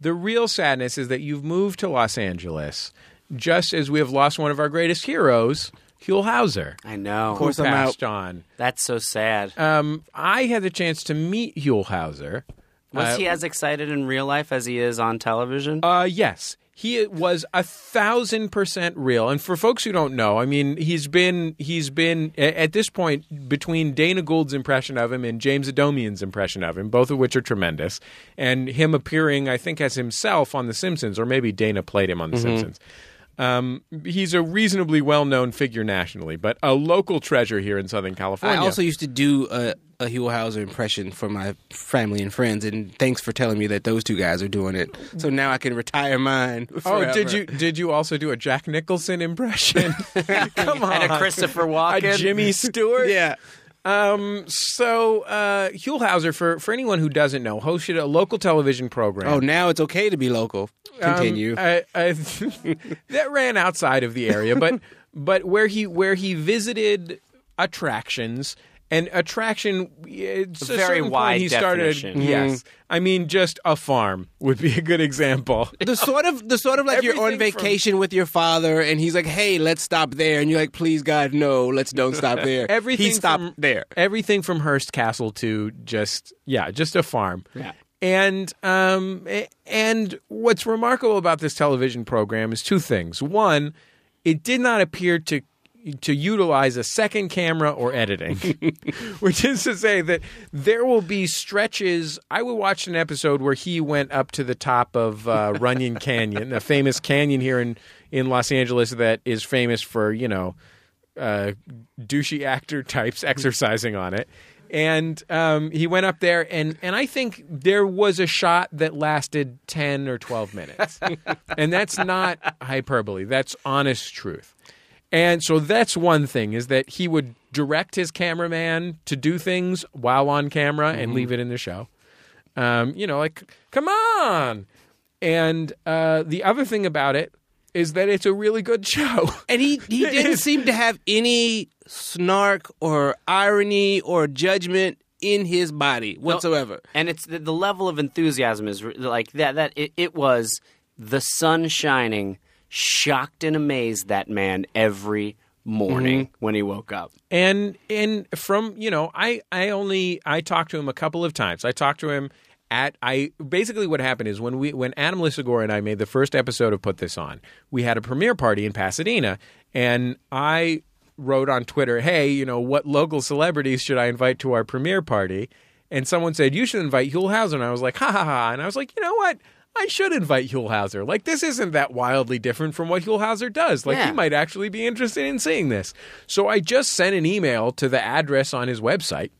Speaker 2: The real sadness is that you've moved to Los Angeles just as we have lost one of our greatest heroes, Huell Hauser.
Speaker 4: I know.
Speaker 2: who
Speaker 3: I'm out.
Speaker 2: passed on.
Speaker 4: That's so sad.
Speaker 2: Um, I had the chance to meet Huell Hauser.
Speaker 4: Was
Speaker 2: uh,
Speaker 4: he as excited in real life as he is on television?
Speaker 2: Uh, yes. He was a thousand percent real, and for folks who don't know, I mean, he's been he's been a- at this point between Dana Gould's impression of him and James Adomian's impression of him, both of which are tremendous, and him appearing, I think, as himself on The Simpsons, or maybe Dana played him on
Speaker 3: Mm-hmm.
Speaker 2: The Simpsons. Um, he's a reasonably well-known figure nationally, but a local treasure here in Southern
Speaker 3: I
Speaker 2: California.
Speaker 3: also used to do a, a Hugh Hauser impression for my family and friends, and thanks for telling me that those two guys are doing it. So now I can retire [LAUGHS] mine.
Speaker 2: Oh, did
Speaker 3: forever.
Speaker 2: you did you also do a Jack Nicholson
Speaker 3: [LAUGHS]
Speaker 2: impression? Come on, [LAUGHS]
Speaker 4: and a Christopher
Speaker 2: a
Speaker 4: Walken?
Speaker 2: Jimmy Stewart.
Speaker 3: Yeah.
Speaker 2: Um, so uh, Huelhauser, for for anyone who doesn't know, hosted a local television program.
Speaker 3: Oh, now it's okay to be local.
Speaker 2: Um,
Speaker 3: Continue.
Speaker 2: I-
Speaker 3: [LAUGHS]
Speaker 2: I- [LAUGHS] that ran outside of the area, but [LAUGHS] but where he where he visited attractions and attraction it's a
Speaker 4: Very
Speaker 2: certain point
Speaker 4: wide
Speaker 2: he
Speaker 4: definition.
Speaker 2: started yes
Speaker 3: Mm-hmm.
Speaker 2: i mean just a farm would be a good example
Speaker 3: the sort of the sort of like you're on
Speaker 2: Everything from-
Speaker 3: vacation with your father, and he's like, "Hey, let's stop there," and you're like, "Please, God, no, let's don't [LAUGHS] stop there."
Speaker 2: everything
Speaker 3: he stopped
Speaker 2: from,
Speaker 3: there.
Speaker 2: Everything from Hearst Castle to just yeah, just a farm.
Speaker 4: Yeah.
Speaker 2: And um a- and what's remarkable about this television program is two things. One, it did not appear to to utilize a second camera or editing, [LAUGHS] which is to say that there will be stretches. I would watch an episode where he went up to the top of
Speaker 3: [LAUGHS]
Speaker 2: uh, Runyon Canyon, a famous canyon here in in Los Angeles that is famous for you know uh, douchey actor types [LAUGHS] exercising on it. And um, he went up there, and, and I think there was a shot that lasted 10 or 12 minutes. and that's not hyperbole, that's honest truth. And so that's one thing is that he would direct his cameraman to do things while on camera and leave it in the show. Um, you know, like, come on. And uh, the other thing about it is that it's a really good [LAUGHS] show.
Speaker 3: And he, [LAUGHS] he didn't
Speaker 2: is.
Speaker 3: seem to have any snark or irony or judgment in his body whatsoever.
Speaker 4: and it's the, the level of enthusiasm is re- like that. That it, it was the sun shining, shocked and amazed that man every morning
Speaker 2: Mm-hmm.
Speaker 4: when he woke up.
Speaker 2: and and from you know i i only i talked to him a couple of times i talked to him at i basically what happened is when we when adam lissagore and i made the first episode of put this on we had a premiere party in pasadena and i wrote on twitter hey you know what local celebrities should i invite to our premiere party and someone said you should invite Hulhauser, and I was like, ha ha ha, and I was like, you know what? I should invite Hulhauser. Like this isn't that wildly different from what Hulhauser does. Like
Speaker 4: Yeah.
Speaker 2: he might actually be interested in seeing this. So I just sent an email to the address on his website,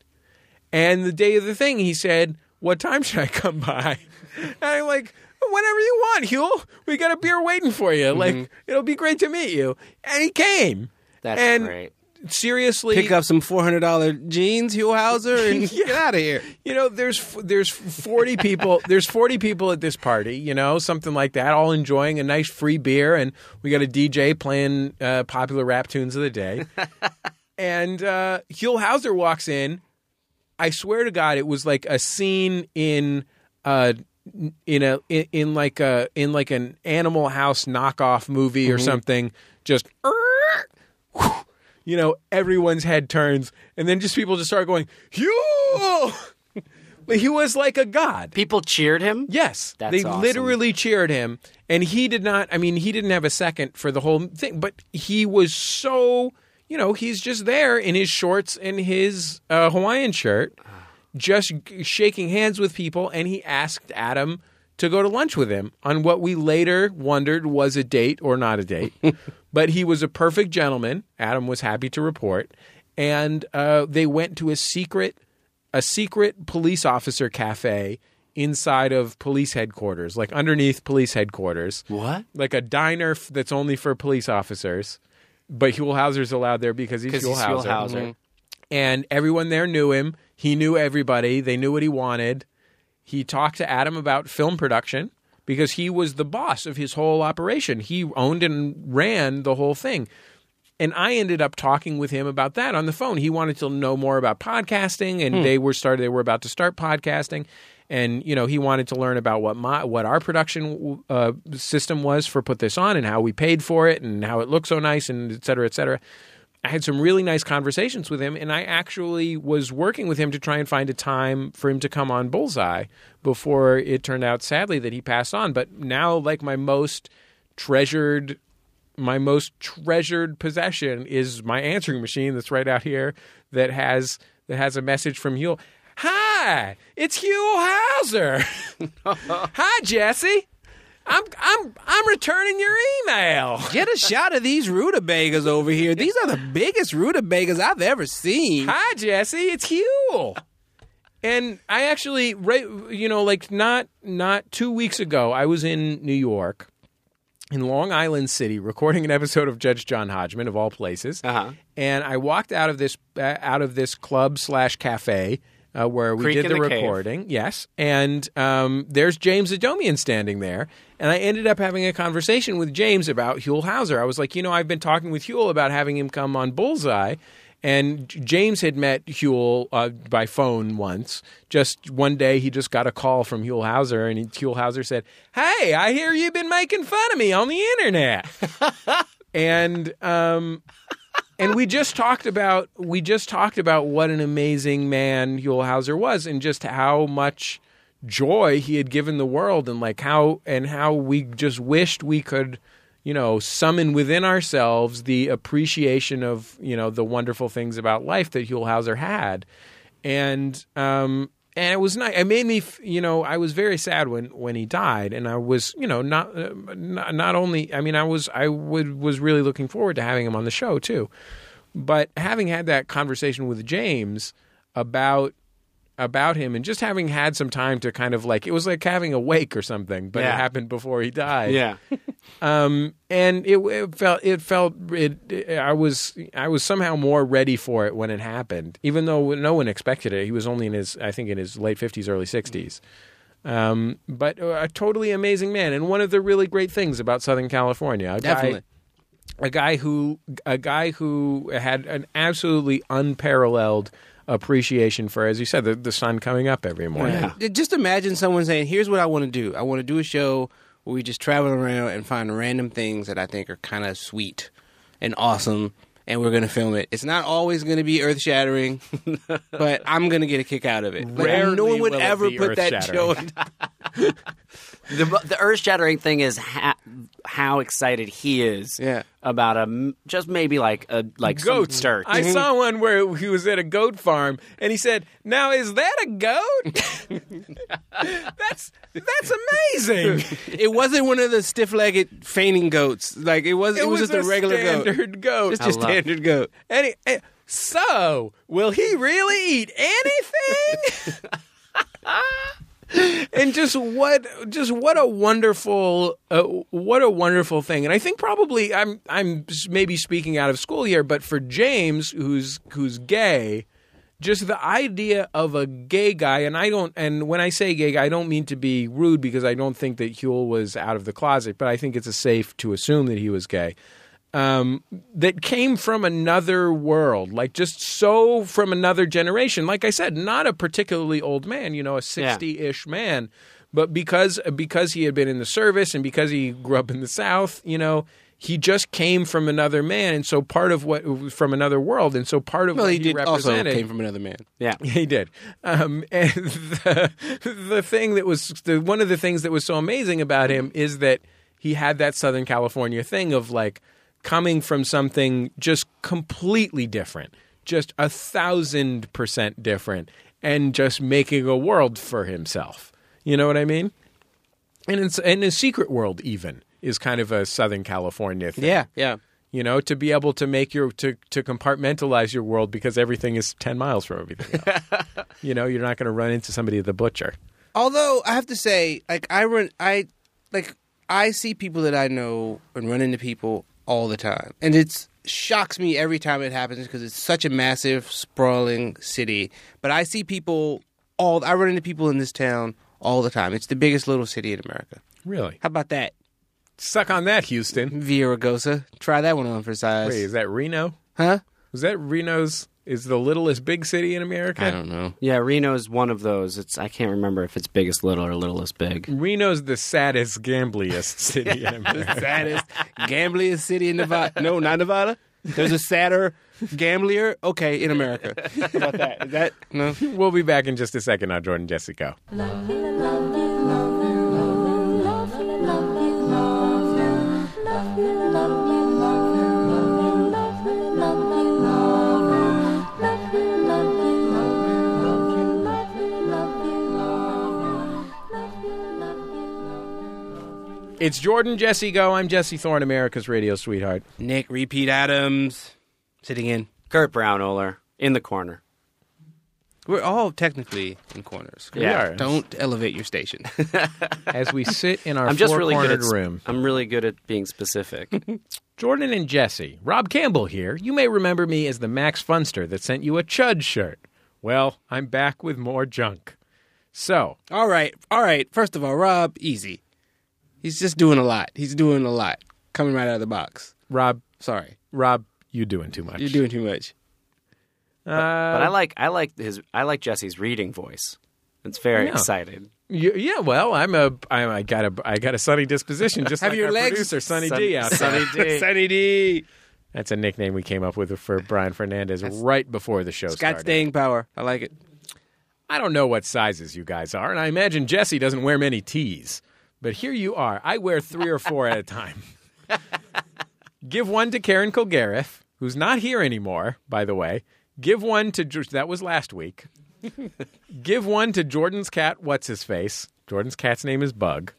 Speaker 2: and the day of the thing, he said, "What time should I come by?" [LAUGHS] And I'm like, "Whenever you want, Huel. We got a beer waiting for you. Like it'll be great to meet you." And he came.
Speaker 4: Mm-hmm. That's
Speaker 2: and
Speaker 4: great.
Speaker 2: Seriously,
Speaker 3: Pick up some four hundred dollar jeans, Huelhauser, [LAUGHS] and get out of here.
Speaker 2: you know there's f- there's 40 people there's 40 people at this party you know something like that all enjoying a nice free beer and we got a dj playing uh, popular rap tunes of the day and uh Huell Hauser walks in i swear to god it was like a scene in uh in a in, in like a in like an animal house knockoff movie or something just you know, everyone's head turns, and then just people just start going, "Hugh!" Like, he was like a god.
Speaker 4: People cheered him.
Speaker 2: Yes,
Speaker 4: That's
Speaker 2: they
Speaker 4: awesome.
Speaker 2: literally cheered him, and he did not. I mean, he didn't have a second for the whole thing, but he was so you know he's just there in his shorts and his uh, Hawaiian shirt, just g- shaking hands with people, and he asked Adam to go to lunch with him on what we later wondered was a date or not a
Speaker 4: [LAUGHS]
Speaker 2: date, but he was a perfect gentleman. Adam was happy to report, and uh, they went to a secret a secret police officer cafe inside of police headquarters, like underneath police headquarters.
Speaker 4: What?
Speaker 2: Like a diner f- that's only for police officers. But Huelhauser's allowed there because he's
Speaker 4: 'Cause he's
Speaker 2: Huelhauser.
Speaker 4: Huelhauser. Mhm.
Speaker 2: And everyone there knew him. He knew everybody. They knew what he wanted. He talked to Adam about film production because he was the boss of his whole operation. He owned and ran the whole thing. And I ended up talking with him about that on the phone. He wanted to know more about podcasting, and they were started. They were about to start podcasting, and you know he wanted to learn about what my what our production uh, system was for put this on, and how we paid for it, and how it looked so nice, and et cetera, et cetera. I had some really nice conversations with him, and I actually was working with him to try and find a time for him to come on Bullseye before it turned out sadly that he passed on. But now, like my most treasured my most treasured possession is my answering machine that's right out here that has that has a message from Hugh. Hi, it's Hugh Hauser. [LAUGHS] Hi, Jesse. I'm I'm I'm returning your email.
Speaker 3: Get a shot of these rutabagas over here. These are the biggest rutabagas I've ever seen.
Speaker 2: Hi, Jesse. It's Hugh. And I actually, right, you know, like not not two weeks ago, I was in New York, in Long Island City, recording an episode of Judge John Hodgman of all places.
Speaker 4: Uh-huh.
Speaker 2: And I walked out of this uh, out of this club slash cafe uh, where we
Speaker 4: Creek
Speaker 2: did
Speaker 4: in
Speaker 2: the,
Speaker 4: the cave.
Speaker 2: recording. Yes, and um, there's James Adomian standing there, and I ended up having a conversation with James about Huell Hauser. I was like, you know, I've been talking with Huell about having him come on Bullseye, and J- James had met Huell uh, by phone once. Just one day, he just got a call from Huell Hauser, and he- Huell Hauser said, "Hey, I hear you've been making fun of me on the internet," [LAUGHS] and um, and we just talked about we just talked about what an amazing man Huell Hauser was, and just how much joy he had given the world, and like how and how we just wished we could, you know, summon within ourselves the appreciation of you know the wonderful things about life that Huell Hauser had, and um and it was nice. It made me, f- you know, I was very sad when when he died, and I was, you know, not uh, not, not only. I mean, I was I would was really looking forward to having him on the show too. But having had that conversation with James about about him and just having had some time to kind of like it was like having a wake or something, but it
Speaker 4: Yeah.
Speaker 2: happened before he died.
Speaker 4: Yeah.
Speaker 2: Um, and it, it felt it felt it, it- I was I was somehow more ready for it when it happened, even though no one expected it. He was only in his I think in his late fifties, early sixties. Um, but a totally amazing man, and one of the really great things about Southern California, a guy-
Speaker 3: Definitely.
Speaker 2: a guy who a guy who had an absolutely unparalleled appreciation for, as you said, the, the sun coming up every morning.
Speaker 4: Yeah.
Speaker 3: J- Just imagine someone saying, "Here's what I want to do. I want to do a show where we just travel around and find random things that I think are kind of sweet and awesome, and we're going to film it. It's not always going to be earth [LAUGHS] shattering, but I'm going to get a kick out of it. Like,
Speaker 2: Rarely
Speaker 3: no one would
Speaker 2: will it
Speaker 3: ever
Speaker 2: be
Speaker 3: put that show.
Speaker 2: earth-shattering.
Speaker 4: the the earth shattering thing is ha- how excited he is
Speaker 3: Yeah.
Speaker 4: about a m- just maybe like a like some Mm-hmm.
Speaker 2: goats.
Speaker 4: dirt.
Speaker 3: [LAUGHS]
Speaker 2: I saw one where he was at a goat farm, and he said, "Now is that a goat? [LAUGHS] that's that's amazing.
Speaker 3: [LAUGHS] It wasn't one of the stiff-legged fainting goats. Like it was. It, was, just a regular goat.
Speaker 2: standard goat.
Speaker 3: It's [LAUGHS] just
Speaker 4: love-
Speaker 3: standard goat.
Speaker 2: Any, eh, so, will he really eat anything? and just what, just what a wonderful, uh, what a wonderful thing. And I think probably I'm, I'm s- maybe speaking out of school here, but for James, who's who's gay, just the idea of a gay guy, and I don't, and when I say gay guy, I don't mean to be rude because I don't think that Huel was out of the closet, but I think it's a safe to assume that he was gay um, that came from another world, like just so from another generation. Like I said, not a particularly old man, you know, a sixty-ish man, but because because he had been in the service and because he grew up in the South, you know, he just came from another man, and so part of what from another world, and so part of
Speaker 3: Well,
Speaker 2: what
Speaker 3: he did also
Speaker 2: represented
Speaker 3: came from another man.
Speaker 4: yeah.
Speaker 2: [LAUGHS] he did. Um, and the, the thing that was the, one of the things that was so amazing about him is that he had that Southern California thing of like coming from something just completely different, just a thousand percent different, and just making a world for himself. You know what I mean? And it's and a secret world even is kind of a Southern California thing
Speaker 3: Yeah, yeah.
Speaker 2: you know to be able to make your to, to compartmentalize your world because everything is 10 miles from everything else. you know you're not going to run into somebody at the butcher
Speaker 3: Although I have to say, like I run, I like I see people that I know and run into people all the time, and it's shocks me every time it happens because it's such a massive, sprawling city. But I see people all. I run into people in this town all the time. It's the biggest little city in America.
Speaker 2: really
Speaker 3: How about that,
Speaker 2: suck on that
Speaker 3: [LAUGHS]
Speaker 2: houston
Speaker 3: Villaraigosa? Try that one on for size,
Speaker 2: wait is that reno
Speaker 3: huh?
Speaker 2: was that reno's is the littlest big city in america
Speaker 3: I don't know.
Speaker 4: Yeah, Reno's one of those. It's I can't remember if it's biggest little or littlest big.
Speaker 2: reno's the saddest gambliest city in america
Speaker 3: saddest, gambliest city in Nevada. No, not Nevada. There's a sadder, gamblier. Okay, in America. How about that? Is that no?
Speaker 2: [LAUGHS] we'll be back in just a second on jordan jessica
Speaker 1: Love you, love you, love you, love you, love you, love you, love you, love you, love you, love you, love you, love you, love you, love you, love you, love you, love you, love you, love you.
Speaker 2: it's jordan jesse go i'm jesse thorne america's radio sweetheart
Speaker 3: Nick, repeat Adams, sitting in.
Speaker 4: Kurt Brownohler in the corner.
Speaker 3: We're all technically in corners.
Speaker 4: Yeah.
Speaker 2: are.
Speaker 3: Don't elevate your station.
Speaker 2: as we sit in our
Speaker 4: [LAUGHS] I'm just really good
Speaker 2: four-cornered
Speaker 4: at s-
Speaker 2: room
Speaker 4: I'm really good at being specific.
Speaker 2: Jordan and Jesse, Rob Campbell here. You may remember me as the Max Funster that sent you a Chud shirt. Well, I'm back with more junk. So,
Speaker 3: all right, all right. First of all, Rob, easy. He's just doing a lot. He's doing a lot. Coming right out of the box.
Speaker 2: Rob,
Speaker 3: Sorry,
Speaker 2: Rob, you doing too much.
Speaker 3: you're doing too much.
Speaker 4: but
Speaker 2: Um,
Speaker 4: I like I like his I like Jesse's reading voice. It's very
Speaker 2: Yeah.
Speaker 4: excited.
Speaker 2: You- yeah, well, I'm a, I'm, I got a, I got a sunny disposition. Just
Speaker 3: Have
Speaker 2: like
Speaker 3: your
Speaker 2: our
Speaker 3: legs-
Speaker 2: producer, Sunny
Speaker 4: Sun-
Speaker 2: D. Out
Speaker 4: Sunny
Speaker 2: [LAUGHS]
Speaker 4: D.
Speaker 3: Sunny D.
Speaker 2: That's a nickname we came up with for Brian Fernandez right before the show
Speaker 3: Got
Speaker 2: started.
Speaker 3: staying power. I like it.
Speaker 2: I don't know what sizes you guys are, and I imagine Jesse doesn't wear many tees. But here you are. I wear three or four at a time. Give one to Karen Kilgariff, who's not here anymore, by the way. Give one to Geor- that was last week. Give one to Jordan's cat. What's his face? Jordan's cat's name is Bug.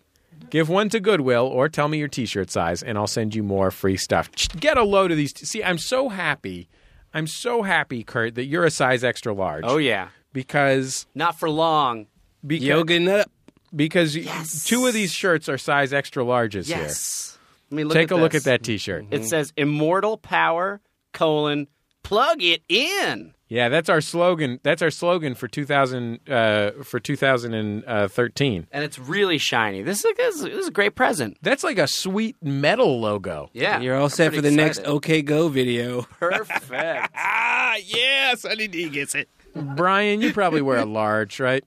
Speaker 2: Give one to Goodwill, or tell me your T-shirt size, and I'll send you more free stuff. Ch- Get a load of these. T- See, I'm so happy. I'm so happy, Kurt, that you're a size extra large
Speaker 4: Oh yeah.
Speaker 2: because
Speaker 4: Not for long.
Speaker 2: because,
Speaker 3: Yoga nut.
Speaker 2: because y- two of these shirts are size extra larges
Speaker 4: Yes. Let me look
Speaker 2: here. Take
Speaker 4: at
Speaker 2: a look
Speaker 4: this.
Speaker 2: at that T-shirt.
Speaker 4: It says immortal power colon plug it in.
Speaker 2: Yeah, that's our slogan. That's our slogan for 2000 uh, for uh, 2013.
Speaker 4: And it's really shiny. This is, this is, this is a great present.
Speaker 2: That's like a sweet metal logo.
Speaker 4: Yeah.
Speaker 3: You're all
Speaker 4: I'm
Speaker 3: set for
Speaker 4: pretty
Speaker 3: the next
Speaker 4: excited.
Speaker 3: OK Go video. [LAUGHS]
Speaker 4: Perfect. [LAUGHS]
Speaker 3: Ah, yeah, Sunny D gets it.
Speaker 2: Brian, you probably wear a large, right?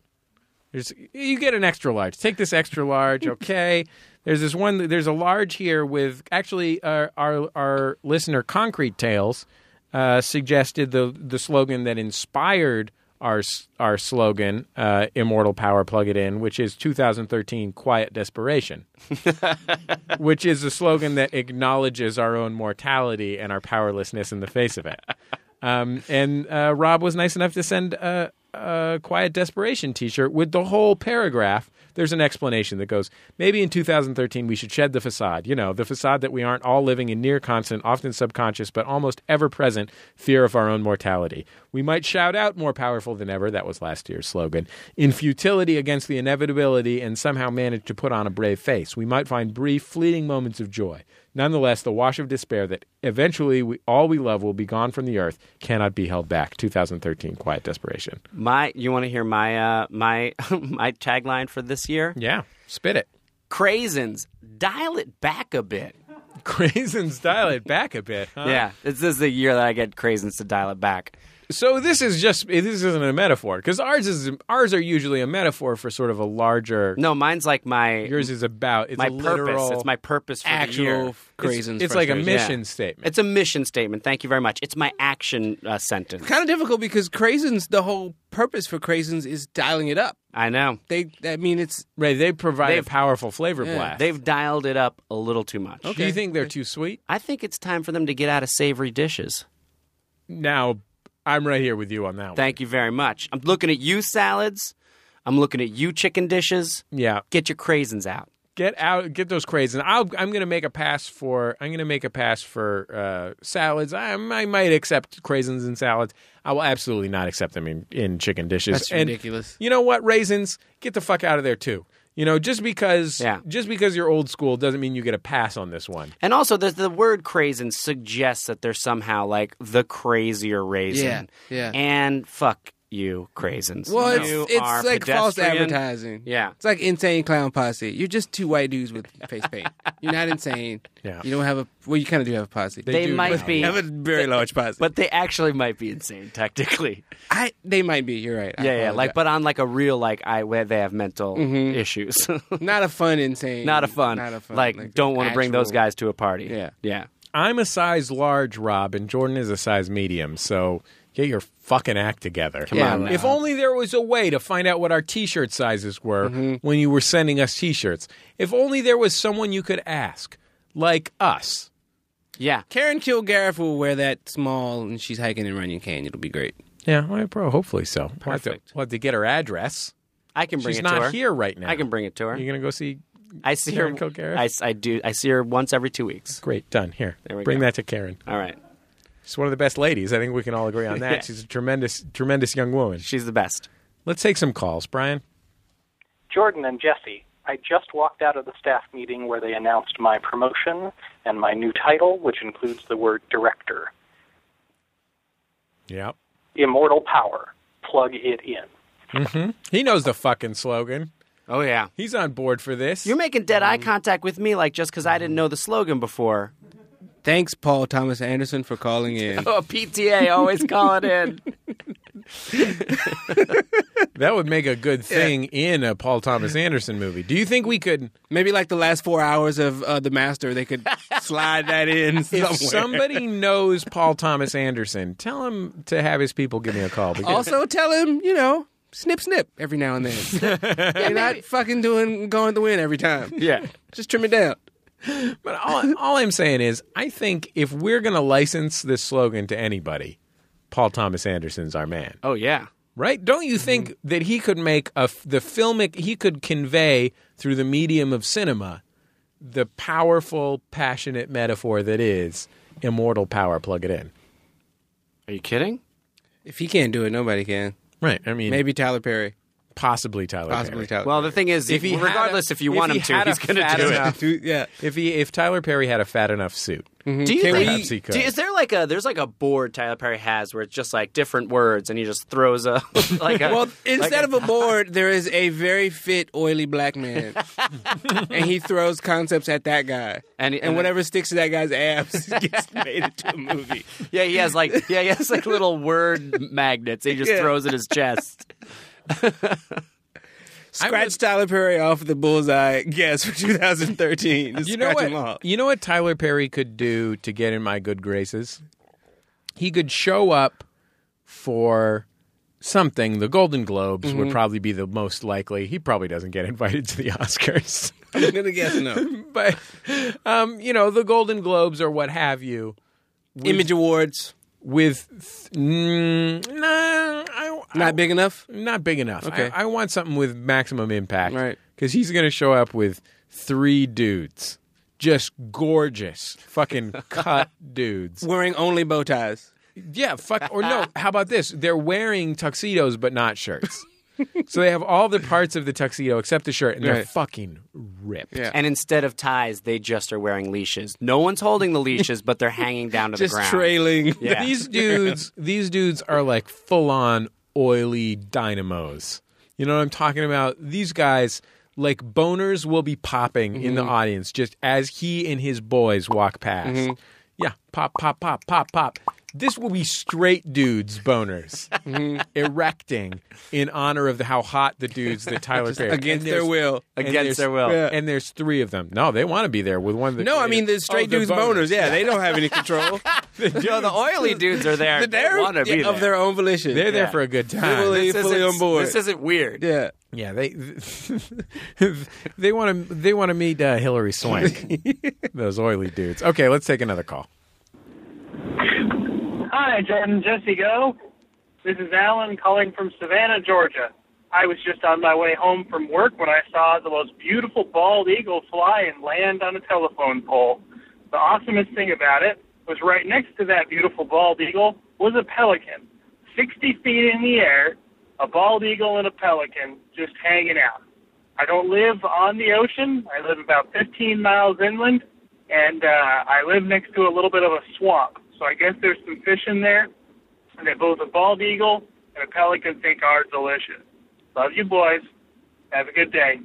Speaker 2: There's, you get an extra large. Take this extra large, okay? There's this one. There's a large here with actually uh, our our listener Concrete Tales uh, suggested the the slogan that inspired our s- our slogan, uh, "Immortal Power, Plug It In," which is 2013 Quiet Desperation, which is a slogan that acknowledges our own mortality and our powerlessness in the face of it. Um, and uh, Rob was nice enough to send a, a Quiet Desperation T-shirt with the whole paragraph. There's an explanation that goes, maybe in 2013 we should shed the facade, you know, the facade that we aren't all living in near constant, often subconscious, but almost ever present fear of our own mortality. We might shout out more powerful than ever, that was last year's slogan, in futility against the inevitability and somehow manage to put on a brave face. We might find brief, fleeting moments of joy. Nonetheless, the wash of despair that eventually we, all we love will be gone from the earth cannot be held back. 2013, Quiet Desperation.
Speaker 4: My, you want to hear my uh, my [LAUGHS] my tagline for this year?
Speaker 2: Yeah, spit [LAUGHS] it.
Speaker 4: Craisins, dial it back a bit.
Speaker 2: Craisins dial it back a bit. Huh?
Speaker 4: Yeah, this is the year that I get craisins to dial it back.
Speaker 2: So this is just this isn't a metaphor because ours is ours are usually a metaphor for sort of a larger.
Speaker 4: No, mine's like my
Speaker 2: Yours is about it's
Speaker 4: my
Speaker 2: a literal.
Speaker 4: purpose. It's my purpose for the year.
Speaker 3: actual craisins.
Speaker 2: It's, it's like a
Speaker 3: frustration.
Speaker 2: mission statement.
Speaker 4: It's a mission statement. Thank you very much. It's my action
Speaker 3: [LAUGHS]
Speaker 4: uh, sentence.
Speaker 3: kind of difficult because craisins. The whole purpose for craisins is dialing it up.
Speaker 4: I know.
Speaker 3: They, I mean, it's
Speaker 2: right, they provide a
Speaker 4: They've-
Speaker 2: powerful flavor blast.
Speaker 4: They've dialed it up a little too much.
Speaker 2: Do you think they're too sweet?
Speaker 4: I think it's time for them to get out of savory dishes.
Speaker 2: Now, I'm right here with you on that
Speaker 4: Thank you very much. I'm looking at you, salads. I'm looking at you, chicken dishes.
Speaker 2: one. Yeah.
Speaker 4: Get your craisins out.
Speaker 2: Get out, get those craisins. I'll, I'm going to make a pass for. I'm going to make a pass for uh, salads. I, I might accept craisins in salads. I will absolutely not accept them in, in chicken dishes.
Speaker 3: That's
Speaker 2: And
Speaker 3: ridiculous.
Speaker 2: You know what, raisins? Get the fuck out of there too. You know, just because
Speaker 4: Yeah.
Speaker 2: just because you're old school doesn't mean you get a pass on this one.
Speaker 4: And also, the, the word craisins suggests that they're somehow like the crazier raisin.
Speaker 3: Yeah, yeah.
Speaker 4: And fuck you, craisins.
Speaker 3: well, it's
Speaker 4: You
Speaker 3: it's
Speaker 4: are
Speaker 3: like false
Speaker 4: pedestrian.
Speaker 3: advertising.
Speaker 4: Yeah.
Speaker 3: it's like insane clown posse. You're just two white dudes with face paint. You're not [LAUGHS] insane.
Speaker 2: Yeah.
Speaker 3: you don't have a. Well, you kind of do have a posse.
Speaker 4: They
Speaker 2: do
Speaker 4: might
Speaker 2: now.
Speaker 4: be.
Speaker 3: have a very large posse.
Speaker 4: But they actually might be insane, technically.
Speaker 3: I, they might be. You're right. I
Speaker 4: yeah, yeah. Like,
Speaker 3: apologize.
Speaker 4: but on like a real like, I where they have mental issues. [LAUGHS]
Speaker 3: not a fun insane.
Speaker 4: not a fun.
Speaker 3: Mm-hmm. Not a fun.
Speaker 4: Like, don't want to bring those
Speaker 3: actual-
Speaker 4: guys to a party.
Speaker 3: Yeah.
Speaker 4: yeah.
Speaker 2: I'm a size large, Rob, and Jordan is a size medium. So get your fucking act together. Come
Speaker 3: Yeah, on now.
Speaker 2: If only there was a way to find out what our T-shirt sizes were
Speaker 4: Mm-hmm.
Speaker 2: when you were sending us T-shirts. If only there was someone you could ask, like us.
Speaker 4: Yeah.
Speaker 3: Karen Kilgariff will wear that small, and she's hiking in Runyon Canyon. It'll be great.
Speaker 2: Yeah, well, bro. Hopefully so. We'll have, to,
Speaker 4: Perfect.
Speaker 2: we'll have to get her address.
Speaker 4: I can bring
Speaker 2: She's
Speaker 4: it to her.
Speaker 2: not here right now.
Speaker 4: I can bring it to her.
Speaker 2: You're gonna go see.
Speaker 4: I see her.
Speaker 2: Karen Kilgariff?
Speaker 4: I, s- I do. I see her once every two weeks.
Speaker 2: Great, done. Here,
Speaker 4: There we
Speaker 2: bring
Speaker 4: go.
Speaker 2: that to Karen.
Speaker 4: All right.
Speaker 2: She's one of the best ladies. I think we can all agree on that.
Speaker 4: [LAUGHS] Yeah.
Speaker 2: She's a tremendous, tremendous young woman.
Speaker 4: She's the best.
Speaker 2: Let's take some calls, Brian.
Speaker 5: Jordan and Jesse, I just walked out of the staff meeting where they announced my promotion and my new title, which includes the word director.
Speaker 2: Yep.
Speaker 5: Immortal power. Plug it in.
Speaker 2: He knows the fucking slogan.
Speaker 4: Oh yeah.
Speaker 2: He's on board for this.
Speaker 4: You're making dead eye contact with me, like just because I didn't know the slogan before.
Speaker 3: Thanks, Paul Thomas Anderson, for calling
Speaker 4: [LAUGHS]
Speaker 3: in.
Speaker 4: Oh, PTA, always call it in.
Speaker 2: that would make a good thing in a Paul Thomas Anderson movie. Do you think we could,
Speaker 3: Maybe like the last four hours of uh, The Master, they
Speaker 4: [LAUGHS]
Speaker 3: could slide that in somewhere.
Speaker 2: if somebody knows Paul Thomas Anderson, tell him to have his people give me a call. Because
Speaker 3: [LAUGHS] also tell him, you know, snip, snip every now and then. You're not fucking doing going to win every time.
Speaker 4: Yeah.
Speaker 3: Just trim it down.
Speaker 2: But all, all I'm saying is, I think if we're going to license this slogan to anybody, Paul Thomas Anderson's our man,
Speaker 4: [LAUGHS] Oh yeah.
Speaker 2: right? Don't you think that he could make a f- the filmic he could convey through the medium of cinema the powerful, passionate metaphor that is immortal power? Plug it in,
Speaker 4: Are you kidding?
Speaker 3: If he can't do it, nobody can.
Speaker 2: right? I mean,
Speaker 3: Maybe Tyler Perry.
Speaker 2: possibly Tyler,
Speaker 3: Possibly
Speaker 2: Perry.
Speaker 3: Tyler.
Speaker 4: Well, the thing is,
Speaker 2: If he had a-
Speaker 4: regardless if you
Speaker 2: if
Speaker 4: want
Speaker 2: he
Speaker 4: him to,
Speaker 2: had a
Speaker 4: he's going to
Speaker 2: fat
Speaker 4: do it.
Speaker 2: enough-
Speaker 3: Perry. Dude, yeah. Mm-hmm.
Speaker 2: If he, if Tyler Perry had a fat enough suit,
Speaker 4: Do you think?
Speaker 2: Perhaps he could.
Speaker 4: do- is there like a there's like a board Tyler Perry has where it's just like different words and he just throws a [LAUGHS] like a
Speaker 3: Well,
Speaker 4: like
Speaker 3: instead
Speaker 4: a-
Speaker 3: of a board, there is a very fit, oily black man, and he throws concepts at that guy,
Speaker 4: And
Speaker 3: and,
Speaker 4: he-
Speaker 3: and, whatever sticks to that guy's abs [LAUGHS] gets made into a movie.
Speaker 4: yeah he has like yeah he has like little word magnets he just
Speaker 3: Yeah.
Speaker 4: throws at his chest.
Speaker 3: Scratch Tyler Perry off the bullseye guess for [LAUGHS] 2013. Just
Speaker 2: you know
Speaker 3: scratch
Speaker 2: what?
Speaker 3: him off.
Speaker 2: You know what Tyler Perry could do to get in my good graces? He could show up for something. The Golden Globes
Speaker 3: Mm-hmm.
Speaker 2: would probably be the most likely. He probably doesn't get invited to the [LAUGHS] Oscars.
Speaker 3: I'm gonna guess no.
Speaker 2: [LAUGHS] but um, you know, the Golden Globes or what have you
Speaker 3: Image Awards
Speaker 2: with th- mm, nah, I, I-
Speaker 3: not big enough.
Speaker 2: not big enough.
Speaker 3: Okay.
Speaker 2: I, I want something with maximum impact,
Speaker 3: Right.
Speaker 2: Because he's going to show up with three dudes, just gorgeous,
Speaker 3: [LAUGHS]
Speaker 2: fucking cut dudes.
Speaker 3: Wearing only bow ties.
Speaker 2: Yeah, fuck. Or
Speaker 3: [LAUGHS]
Speaker 2: no, how about this? They're wearing tuxedos but not shirts. so they have all the parts of the tuxedo except the shirt, and they're
Speaker 3: Right.
Speaker 2: fucking ripped.
Speaker 3: Yeah.
Speaker 4: And instead of ties, they just are wearing leashes. No one's holding the leashes, but they're hanging down to
Speaker 3: Just
Speaker 4: the ground.
Speaker 3: trailing.
Speaker 2: [LAUGHS]
Speaker 4: Yeah.
Speaker 2: These dudes, these dudes are like full on oily dynamos. You know what I'm talking about? These guys, like boners, will be popping in
Speaker 3: Mm-hmm.
Speaker 2: the audience just as he and his boys walk past.
Speaker 3: Mm-hmm.
Speaker 2: Yeah, pop, pop, pop, pop, pop. This will be straight dudes boners
Speaker 3: Mm-hmm.
Speaker 2: erecting in honor of the, how hot the dudes that
Speaker 3: [LAUGHS]
Speaker 2: Tyler Perry
Speaker 3: against
Speaker 2: And
Speaker 3: their
Speaker 2: there's-
Speaker 4: [LAUGHS]
Speaker 3: will.
Speaker 2: and
Speaker 4: Against
Speaker 2: there's-
Speaker 4: their will.
Speaker 3: Yeah.
Speaker 2: And there's three of them. No, they want to be there with one of the.
Speaker 3: No, I mean the
Speaker 2: Oh,
Speaker 3: straight
Speaker 2: they're
Speaker 3: dudes boners. Yeah, they don't have
Speaker 2: [LAUGHS]
Speaker 3: any
Speaker 4: [LAUGHS]
Speaker 3: control.
Speaker 4: No, the
Speaker 3: [LAUGHS]
Speaker 4: oily dudes are there. they
Speaker 3: They're
Speaker 4: want to be
Speaker 3: yeah, of
Speaker 4: there.
Speaker 3: their own volition.
Speaker 2: They're there
Speaker 4: Yeah.
Speaker 2: for a good time.
Speaker 3: Literally
Speaker 4: This
Speaker 3: fully
Speaker 4: isn't-
Speaker 3: on board.
Speaker 4: This isn't weird.
Speaker 3: yeah.
Speaker 2: Yeah, they [LAUGHS] they want to they want to meet uh, Hillary [LAUGHS] Swank. Those oily dudes. Okay, let's take another call.
Speaker 6: Hi, Jordan Jesse Go. This is Alan calling from Savannah, Georgia. I was just on my way home from work when I saw the most beautiful bald eagle fly and land on a telephone pole. The awesomest thing about it was right next to that beautiful bald eagle was a pelican. 60 feet in the air, a bald eagle and a pelican just hanging out. I don't live on the ocean. I live about 15 miles inland, and uh, I live next to a little bit of a swamp. So I guess there's some fish in there, and that both a bald eagle and a pelican think are delicious. Love you, boys. Have a good day.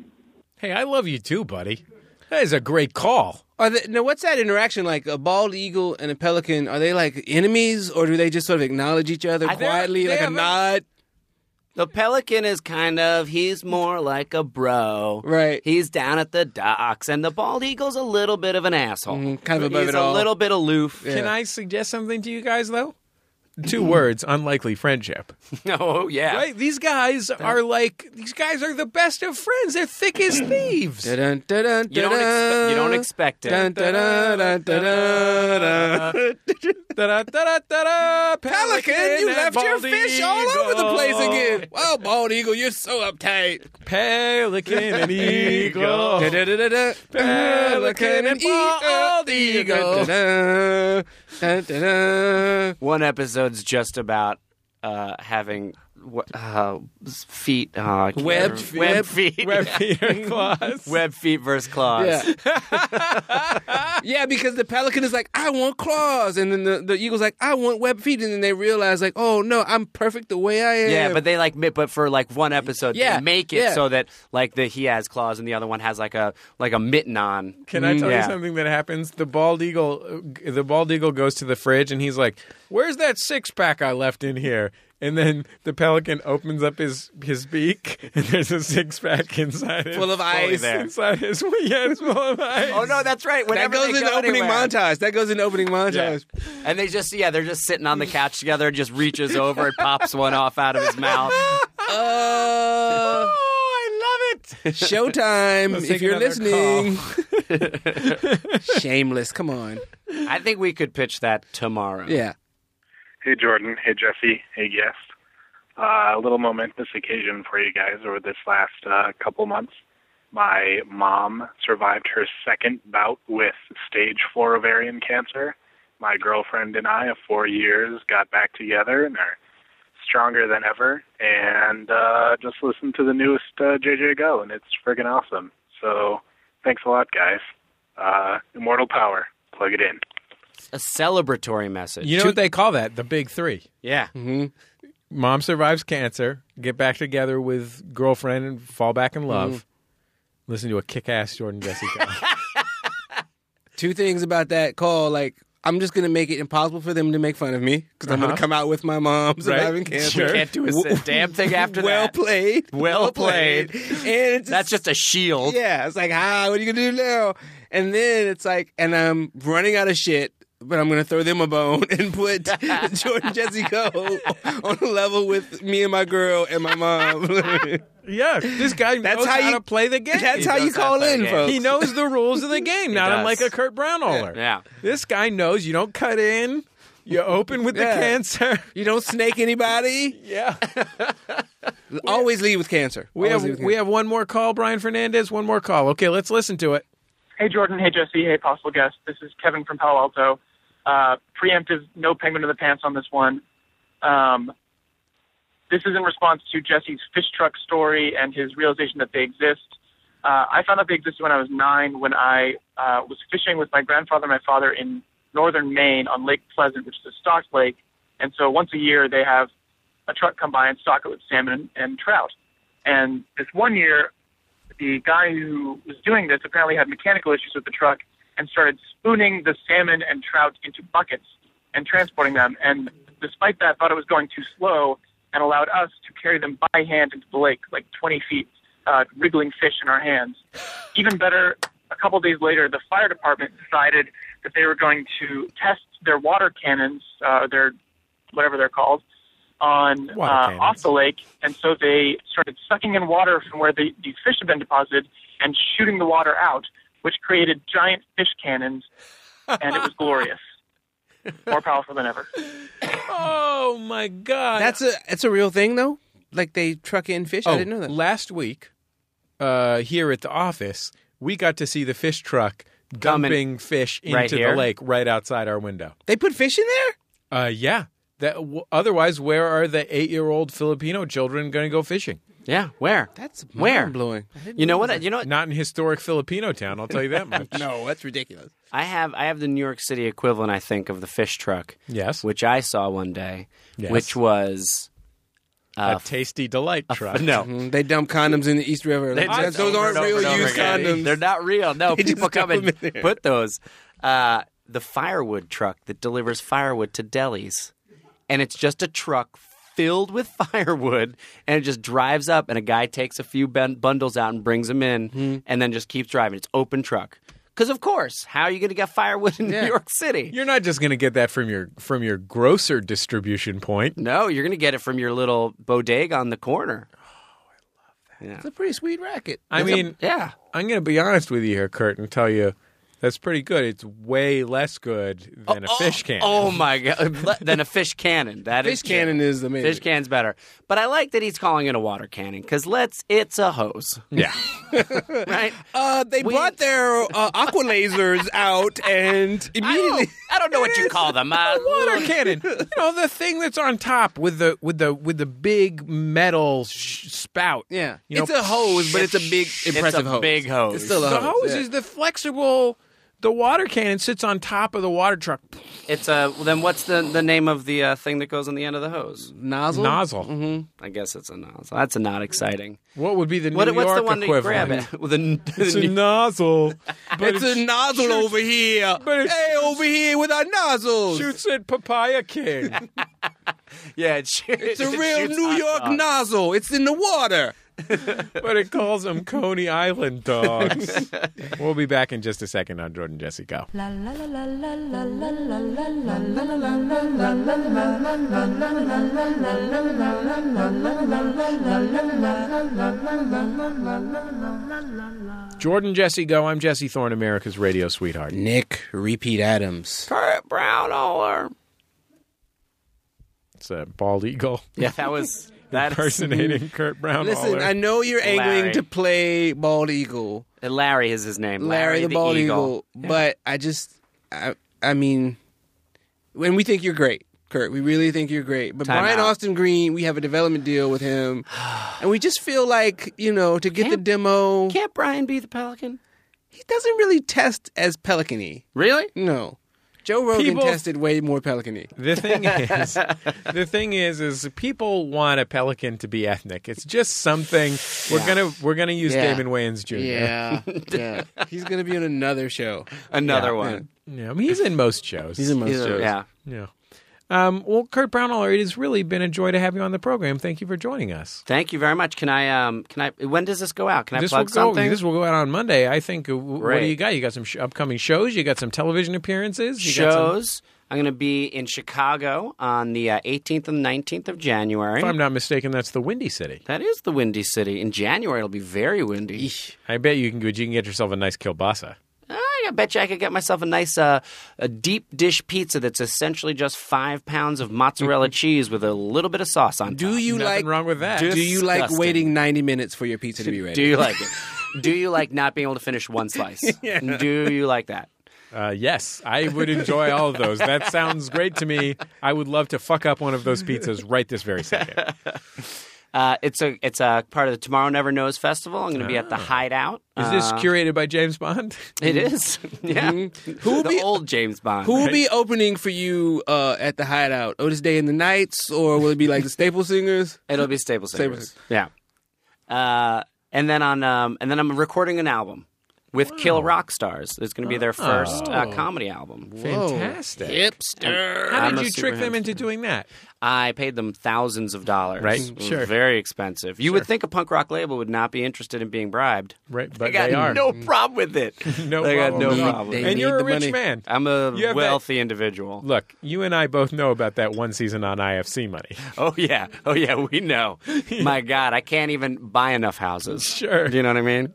Speaker 2: Hey, I love you too, buddy. That is a great call.
Speaker 3: Are they, now, what's that interaction like? A bald eagle and a pelican. Are they like enemies, or do they just sort of acknowledge each other
Speaker 4: I- they're-
Speaker 3: quietly,
Speaker 4: they
Speaker 3: like a
Speaker 4: have a-
Speaker 3: nod?
Speaker 4: The pelican is kind of, he's more like a bro.
Speaker 3: Right.
Speaker 4: He's down at the docks, and the bald eagle's a little bit of an asshole.
Speaker 3: Mhm, kind of above
Speaker 4: he's
Speaker 3: it
Speaker 4: a
Speaker 3: all.
Speaker 4: little bit aloof.
Speaker 2: Can I suggest something to you guys though? Two words: unlikely friendship.
Speaker 4: [LAUGHS] Oh, yeah.
Speaker 2: Right? These guys are like these guys are the best of friends. They're thick
Speaker 3: [LAUGHS]
Speaker 2: as thieves.
Speaker 3: Dun, dun, dun,
Speaker 4: You don't, expe- you don't expect it.
Speaker 3: Dun, dun, dun, dun, dun, dun, [LAUGHS] dun.
Speaker 2: Da-da, da-da, da-da,
Speaker 3: Pelican, you
Speaker 2: and
Speaker 3: left your
Speaker 2: bald
Speaker 3: fish all over the place
Speaker 2: eagle.
Speaker 3: again. Wow, bald eagle, you're so uptight.
Speaker 2: Pelican
Speaker 3: [LAUGHS]
Speaker 2: and eagle.
Speaker 3: Dun, dun, dun, dun, dun. Pelican and
Speaker 2: Bald
Speaker 3: bald
Speaker 2: eagle.
Speaker 3: eagle. Dun, dun, dun, dun.
Speaker 4: One episode's just about uh, having wh- uh, feet. Uh, I can't
Speaker 3: Webbed
Speaker 4: remember.
Speaker 3: feet.
Speaker 4: Webbed [LAUGHS]
Speaker 2: Web [LAUGHS]
Speaker 3: [LAUGHS]
Speaker 4: feet.
Speaker 2: Peter Claus.
Speaker 4: Web feet versus claws.
Speaker 3: Yeah. yeah, [LAUGHS] because the pelican is like, I want claws. And then the, the eagle's like, I want web feet. And then they realize, like, oh, no, I'm perfect the way I am.
Speaker 4: Yeah, but they like, mi- but for like one episode,
Speaker 3: Yeah,
Speaker 4: they make it
Speaker 3: yeah.
Speaker 4: so that like the he has claws and the other one has like a like a mitten on.
Speaker 2: Can I tell you
Speaker 4: Yeah.
Speaker 2: something that happens? The bald eagle, uh, the bald eagle goes to the fridge and he's like, "Where's that six pack I left in here?" And then the pelican opens up his his beak [LAUGHS] and there's a six pack inside it,
Speaker 3: Full of ice.
Speaker 2: inside his [LAUGHS] yeah, it's full of ice.
Speaker 4: Oh no, that's right.
Speaker 3: That
Speaker 4: Whenever
Speaker 3: goes
Speaker 4: they
Speaker 3: in
Speaker 4: go
Speaker 3: opening
Speaker 4: anywhere.
Speaker 3: montage. That goes in opening montage.
Speaker 4: and they just yeah, they're just sitting on the couch together and just reaches over and pops one off out of his mouth.
Speaker 3: [LAUGHS]
Speaker 4: [LAUGHS]
Speaker 3: Uh,
Speaker 2: Oh, I love it.
Speaker 3: showtime,
Speaker 2: [LAUGHS] Let's
Speaker 3: if
Speaker 2: take
Speaker 3: you're
Speaker 2: another
Speaker 3: listening. [LAUGHS] Shameless. Come on.
Speaker 4: I think we could pitch that tomorrow.
Speaker 3: Yeah.
Speaker 7: Hey, Jordan. Hey, Jesse. Hey, guest. Uh, a little momentous occasion for you guys over this last uh, couple months. My mom survived her second bout with stage four ovarian cancer. My girlfriend and I, of four years, got back together and are stronger than ever. And uh, just listen to the newest uh, JJ Go, and it's friggin' awesome. So thanks a lot, guys. Uh, immortal power. Plug it in.
Speaker 4: A celebratory message.
Speaker 2: You know what they call that? The big three.
Speaker 4: yeah.
Speaker 2: Mom survives cancer. Get back together with girlfriend and fall back in love. Listen to a kick-ass Jordan [LAUGHS] Jessica.
Speaker 3: Two things about that call. Like, I'm just going to make it impossible for them to make fun of me because I'm going to come out with my mom surviving cancer.
Speaker 2: Sure.
Speaker 4: Uh-huh. Can't do a s- damn thing after
Speaker 3: well
Speaker 4: that.
Speaker 3: played.
Speaker 4: Well played.
Speaker 3: And it's
Speaker 4: That's just a shield.
Speaker 3: yeah. It's like, ah, what are you gonna do now? And then it's like, and I'm running out of shit. but I'm going to throw them a bone [LAUGHS]
Speaker 2: [LAUGHS]
Speaker 3: and put Jordan Jesse Go on a level with me and my girl and
Speaker 2: [LAUGHS]
Speaker 3: my mom.
Speaker 2: Yeah, this guy
Speaker 3: That's
Speaker 2: knows
Speaker 3: how
Speaker 2: how,
Speaker 3: you-
Speaker 2: to play the game.
Speaker 3: [LAUGHS] That's how you
Speaker 4: does that
Speaker 3: call
Speaker 4: play
Speaker 3: in,
Speaker 4: game.
Speaker 3: folks.
Speaker 2: He knows the rules
Speaker 3: [LAUGHS]
Speaker 2: of the game, not
Speaker 4: does.
Speaker 2: unlike a Kurt Brownholer.
Speaker 4: Yeah.
Speaker 2: This guy knows you don't cut in,
Speaker 3: [LAUGHS]
Speaker 2: you open with
Speaker 3: Yeah.
Speaker 2: the
Speaker 3: [LAUGHS]
Speaker 2: cancer.
Speaker 3: You don't snake anybody.
Speaker 2: [LAUGHS] Yeah.
Speaker 3: [LAUGHS] Always lead with cancer.
Speaker 2: We
Speaker 3: Always
Speaker 2: have
Speaker 3: lead with
Speaker 2: we
Speaker 3: cancer.
Speaker 2: have one more call, Brian Fernandez, one more call. Okay, let's listen to it.
Speaker 6: Hey, Jordan. Hey, Jesse. Hey, possible guest. This is Kevin from Palo Alto. Uh, preemptive, no penguin in the pants on this one. Um, this is in response to Jesse's fish truck story and his realization that they exist. Uh, I found out they existed when I was nine, when I uh, was fishing with my grandfather and my father in northern Maine on Lake Pleasant, which is a stocked lake. And so once a year, they have a truck come by and stock it with salmon and trout. And this one year, the guy who was doing this apparently had mechanical issues with the truck and started spooning the salmon and trout into buckets and transporting them. And despite that, thought it was going too slow and allowed us to carry them by hand into the lake, like 20 feet, uh, wriggling fish in our hands. Even better, a couple days later, the fire department decided that they were going to test their water cannons, uh, their whatever they're called, on uh,
Speaker 2: Water cannons.
Speaker 6: off the lake, and so they started sucking in water from where the, these fish had been deposited and shooting the water out, which created giant fish cannons, and
Speaker 2: [LAUGHS]
Speaker 6: it was glorious, more powerful than ever.
Speaker 2: Oh my god.
Speaker 3: That's a that's a real thing though. Like they truck in fish. I
Speaker 2: Oh,
Speaker 3: didn't know that.
Speaker 2: Last week, uh, here at the office, we got to see the fish truck
Speaker 4: Coming
Speaker 2: dumping fish into
Speaker 4: right
Speaker 2: the
Speaker 4: here?
Speaker 2: lake right outside our window.
Speaker 3: they put fish in there.
Speaker 2: Uh, yeah. That w- otherwise, where are the eight-year-old Filipino children going to go fishing?
Speaker 4: Yeah, where?
Speaker 3: That's
Speaker 4: Where?
Speaker 3: mind blowing.
Speaker 4: You know what? You know what?
Speaker 2: Not in historic Filipino town. I'll tell you
Speaker 3: [LAUGHS]
Speaker 2: that much.
Speaker 3: No, that's ridiculous.
Speaker 4: I have I have the New York City equivalent, I think, of the fish truck.
Speaker 2: Yes.
Speaker 4: which I saw one day,
Speaker 2: Yes.
Speaker 4: which was
Speaker 3: Uh,
Speaker 2: a tasty delight truck. Mm-hmm.
Speaker 4: no.
Speaker 3: Mm, They dump condoms in the East River. Like,
Speaker 4: They're just
Speaker 3: those
Speaker 4: over
Speaker 3: aren't
Speaker 4: and over
Speaker 3: real
Speaker 4: and over
Speaker 3: used
Speaker 4: again.
Speaker 3: condoms.
Speaker 4: They're not
Speaker 3: [LAUGHS]
Speaker 4: real. No,
Speaker 3: just
Speaker 4: people come
Speaker 3: dump
Speaker 4: and
Speaker 3: them in there.
Speaker 4: put those. Uh, the firewood truck that delivers firewood to delis, and it's just a truck filled with [LAUGHS] firewood, and it just drives up, and a guy takes a few ben- bundles out and brings them in,
Speaker 3: Hmm.
Speaker 4: and then just keeps driving. It's open truck. Because of course, how are you going to get firewood in [LAUGHS] New York City?
Speaker 2: You're not just going to get that from your from your grocer distribution point.
Speaker 4: no, you're going to get it from your little bodega on the corner.
Speaker 3: It's a pretty sweet racket.
Speaker 2: I mean,
Speaker 4: Yeah.
Speaker 2: I'm going to be honest with you here, Kurt, and tell you that's pretty good. It's way less good than a fish can.
Speaker 4: Oh my god! [LAUGHS] Le- Than a fish cannon. That is
Speaker 3: Fish cannon is amazing.
Speaker 4: Fish can's better. But I like that he's calling it a water cannon because let's. It's a hose, [LAUGHS]
Speaker 2: Yeah.
Speaker 3: [LAUGHS]
Speaker 4: right?
Speaker 3: Uh, they brought their uh, aqua lasers out and
Speaker 4: I
Speaker 3: immediately.
Speaker 4: don't, I don't know what you call [LAUGHS] them. Uh,
Speaker 2: Water cannon. You know the thing that's on top with the with the with the big metal sh- spout.
Speaker 3: Yeah,
Speaker 2: You know,
Speaker 3: it's a hose, but it's a big, impressive
Speaker 4: a
Speaker 3: hose.
Speaker 4: big hose.
Speaker 3: It's still a
Speaker 2: the
Speaker 3: hose.
Speaker 2: hose
Speaker 3: yeah.
Speaker 2: is the flexible. The water cannon sits on top of the water truck
Speaker 3: Mm-hmm.
Speaker 4: it's a. well, Then what's the the name of the uh, thing that goes on the end of the hose?
Speaker 3: nozzle.
Speaker 2: nozzle.
Speaker 4: I guess it's a nozzle. That's not exciting.
Speaker 2: What would be the New
Speaker 4: What,
Speaker 2: York
Speaker 4: what's the one that you
Speaker 2: equivalent?
Speaker 4: grab it? Well, the,
Speaker 2: [LAUGHS]
Speaker 4: [LAUGHS]
Speaker 2: It's a nozzle, but
Speaker 3: It's
Speaker 2: it
Speaker 3: a nozzle over here.
Speaker 2: but it
Speaker 3: hey, over here with our nozzles.
Speaker 2: shoots at Papaya King.
Speaker 4: [LAUGHS] yeah, it shoots-
Speaker 3: It's a
Speaker 4: it
Speaker 3: real
Speaker 4: shoots
Speaker 3: New
Speaker 4: hot
Speaker 3: York
Speaker 4: dogs.
Speaker 3: nozzle. It's in the water.
Speaker 2: but it calls them Coney Island
Speaker 4: [LAUGHS]
Speaker 2: dogs. we'll be back in just a second on Jordan Jesse Go. Jordan Jesse Go. I'm Jesse Thorne, America's radio sweetheart.
Speaker 3: Nick, repeat Adams.
Speaker 4: Kurt Brownoller.
Speaker 2: It's a bald eagle [LAUGHS]
Speaker 4: Yeah, that was that is- [LAUGHS]
Speaker 2: impersonating Kurt Brown.
Speaker 3: Listen, I know you're angling
Speaker 4: Larry.
Speaker 3: to play Bald Eagle,
Speaker 4: uh, Larry is his name.
Speaker 3: Larry, the, Bald Eagle, but I just, I, I mean, when we think you're great, Kurt, we really think you're great. But
Speaker 4: Time
Speaker 3: Brian
Speaker 4: out.
Speaker 3: Austin Green, we have a development deal with
Speaker 4: [SIGHS]
Speaker 3: him, and we just feel like you know to get the
Speaker 4: Can't-
Speaker 3: demo,
Speaker 4: Can't Brian be the Pelican?
Speaker 3: he doesn't really test as Pelicany.
Speaker 4: Really?
Speaker 3: No, Joe Rogan
Speaker 2: People-
Speaker 3: tested way more
Speaker 4: [LAUGHS]
Speaker 3: Pelicany.
Speaker 2: The thing is, the thing is, is people want a pelican to be ethnic. It's just something we're gonna we're gonna use
Speaker 3: Yeah.
Speaker 2: Damon Wayans Jr.
Speaker 3: Yeah, yeah, he's gonna be on another show.
Speaker 4: Another one.
Speaker 2: Yeah, I mean, he's in most shows.
Speaker 3: He's in most
Speaker 4: He's a-
Speaker 3: shows.
Speaker 4: yeah.
Speaker 2: yeah. Um, well, Kurt Brownall, it has really been a joy to have you on the program. Thank you for joining us.
Speaker 4: Thank you very much. Can I? Um, can I? When does this go out? Can I
Speaker 2: this will
Speaker 4: plug
Speaker 2: go.
Speaker 4: something?
Speaker 2: This will go out on Monday. I think. uh, w- What do
Speaker 4: Great.
Speaker 2: you got? You got some sh- upcoming shows. You got some television appearances. You Got some,
Speaker 4: shows. I'm going to be in Chicago on the uh, 18th and 19th of January.
Speaker 2: if I'm not mistaken, that's the Windy City.
Speaker 4: That is the windy city. In January, it'll be very windy. Ah,
Speaker 2: I bet you can go. You can get yourself a nice kielbasa.
Speaker 4: I bet you I could get myself a nice uh, a deep dish pizza that's essentially just five pounds of mozzarella cheese with a little bit of sauce on
Speaker 3: Do
Speaker 4: top.
Speaker 3: you
Speaker 2: Nothing
Speaker 3: like
Speaker 2: wrong with that.
Speaker 3: Do you like
Speaker 4: Disgusting.
Speaker 3: waiting 90 minutes for your pizza to be ready?
Speaker 4: Do you like it? Do you like not being able to finish one slice? Do you like that?
Speaker 2: Uh, yes, I would enjoy all of those. That sounds great to me. I would love to fuck up one of those pizzas right this very second.
Speaker 4: Uh, it's a it's a part of the Tomorrow Never Knows festival. I'm going to be at the Hideout.
Speaker 2: Is this
Speaker 4: Uh,
Speaker 2: curated by James Bond?
Speaker 4: It is. [LAUGHS] yeah. Who
Speaker 3: will
Speaker 4: the
Speaker 3: be-
Speaker 4: old James Bond?
Speaker 3: Who will be opening for you uh, at the Hideout? Otis Day and the Nights, or will it be like the Staple Singers?
Speaker 4: It'll be Stable
Speaker 3: Stable
Speaker 4: Singers. Yeah. Uh, and then on um, and then I'm recording an album with Kill Rock Stars. It's going to be
Speaker 2: Oh.
Speaker 4: their first uh, comedy album.
Speaker 2: [LAUGHS] Fantastic.
Speaker 3: Hipster.
Speaker 2: How
Speaker 4: I'm
Speaker 2: did
Speaker 4: a
Speaker 2: you trick them
Speaker 4: superhand.
Speaker 2: into doing that?
Speaker 4: I paid them thousands of dollars.
Speaker 2: Right.
Speaker 4: It was
Speaker 2: Sure.
Speaker 4: Very expensive. You would think a punk rock label would not be interested in being bribed.
Speaker 2: Right,
Speaker 4: I
Speaker 2: but
Speaker 4: got
Speaker 2: they are.
Speaker 4: no problem with it.
Speaker 2: [LAUGHS] No
Speaker 4: they got
Speaker 2: problem.
Speaker 4: no
Speaker 2: at all.
Speaker 4: problem.
Speaker 3: They
Speaker 2: and
Speaker 3: need
Speaker 2: you're a
Speaker 3: the
Speaker 2: rich
Speaker 3: money.
Speaker 2: man.
Speaker 4: I'm a
Speaker 2: You have that-
Speaker 4: wealthy individual.
Speaker 2: Look, you and I both know about that one season on IFC money.
Speaker 4: Oh yeah, oh yeah, we know. My God, I can't even buy enough
Speaker 3: [LAUGHS]
Speaker 4: houses.
Speaker 2: Sure.
Speaker 4: do you know what I mean?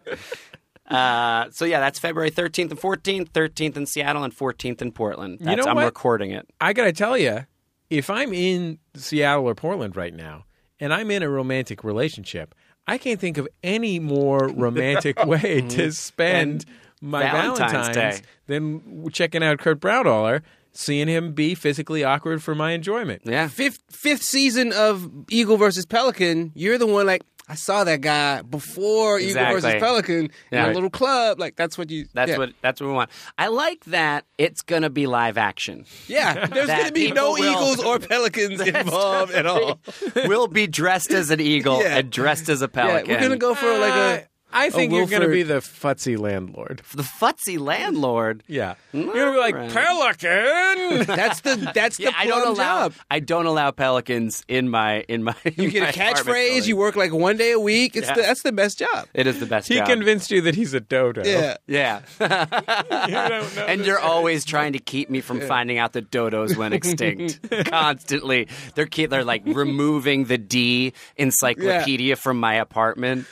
Speaker 4: Uh, so yeah, that's February 13th and 14th, 13th in Seattle and 14th in Portland. That's,
Speaker 2: know
Speaker 4: I'm
Speaker 2: what?
Speaker 4: recording it.
Speaker 2: I got to tell you, if I'm in Seattle or Portland right now and I'm in a romantic relationship, I can't think of any more
Speaker 3: [LAUGHS]
Speaker 2: romantic way
Speaker 3: Mm-hmm.
Speaker 2: to spend my
Speaker 4: Valentine's
Speaker 2: Valentine's,
Speaker 4: Day.
Speaker 2: than checking out Kurt Brownaller, seeing him be physically awkward for my enjoyment.
Speaker 4: Yeah,
Speaker 3: Fifth, fifth season of Eagle versus Pelican, you're the one like, I saw that guy before Eagle versus
Speaker 4: Exactly.
Speaker 3: Pelican
Speaker 4: Yeah.
Speaker 3: in a little club. Like, that's what you.
Speaker 4: that's
Speaker 3: yeah.
Speaker 4: what that's what we want. I like that. It's gonna be live
Speaker 3: [LAUGHS]
Speaker 4: action. [LAUGHS]
Speaker 3: Yeah, there's
Speaker 4: That
Speaker 3: going to be
Speaker 4: people
Speaker 3: no
Speaker 4: will-
Speaker 3: eagles or
Speaker 4: [LAUGHS]
Speaker 3: pelicans involved at all.
Speaker 4: we'll be dressed as an eagle
Speaker 3: Yeah.
Speaker 4: and dressed as a
Speaker 3: Yeah,
Speaker 4: pelican.
Speaker 3: we're going to go for like
Speaker 2: Uh,
Speaker 3: a.
Speaker 2: I think you're going to
Speaker 3: Wilford-
Speaker 2: be the futzy landlord.
Speaker 4: the futzy landlord.
Speaker 2: Yeah. You're going to be like,
Speaker 4: Alright.
Speaker 2: [LAUGHS] Pelican!
Speaker 3: That's the that's the
Speaker 4: Yeah, I don't
Speaker 3: plum
Speaker 4: allow
Speaker 3: job.
Speaker 4: I don't allow pelicans in my in my.
Speaker 3: You get a catchphrase. You work like one day a week. It's the, that's the best job.
Speaker 4: It is the best.
Speaker 2: he
Speaker 4: job.
Speaker 2: convinced you that he's a dodo.
Speaker 3: Yeah. [LAUGHS]
Speaker 4: Yeah. and you're always trying to keep me from finding out the dodos
Speaker 3: [LAUGHS]
Speaker 4: went extinct. Constantly. They're keep, they're like removing the D encyclopedia from my apartment.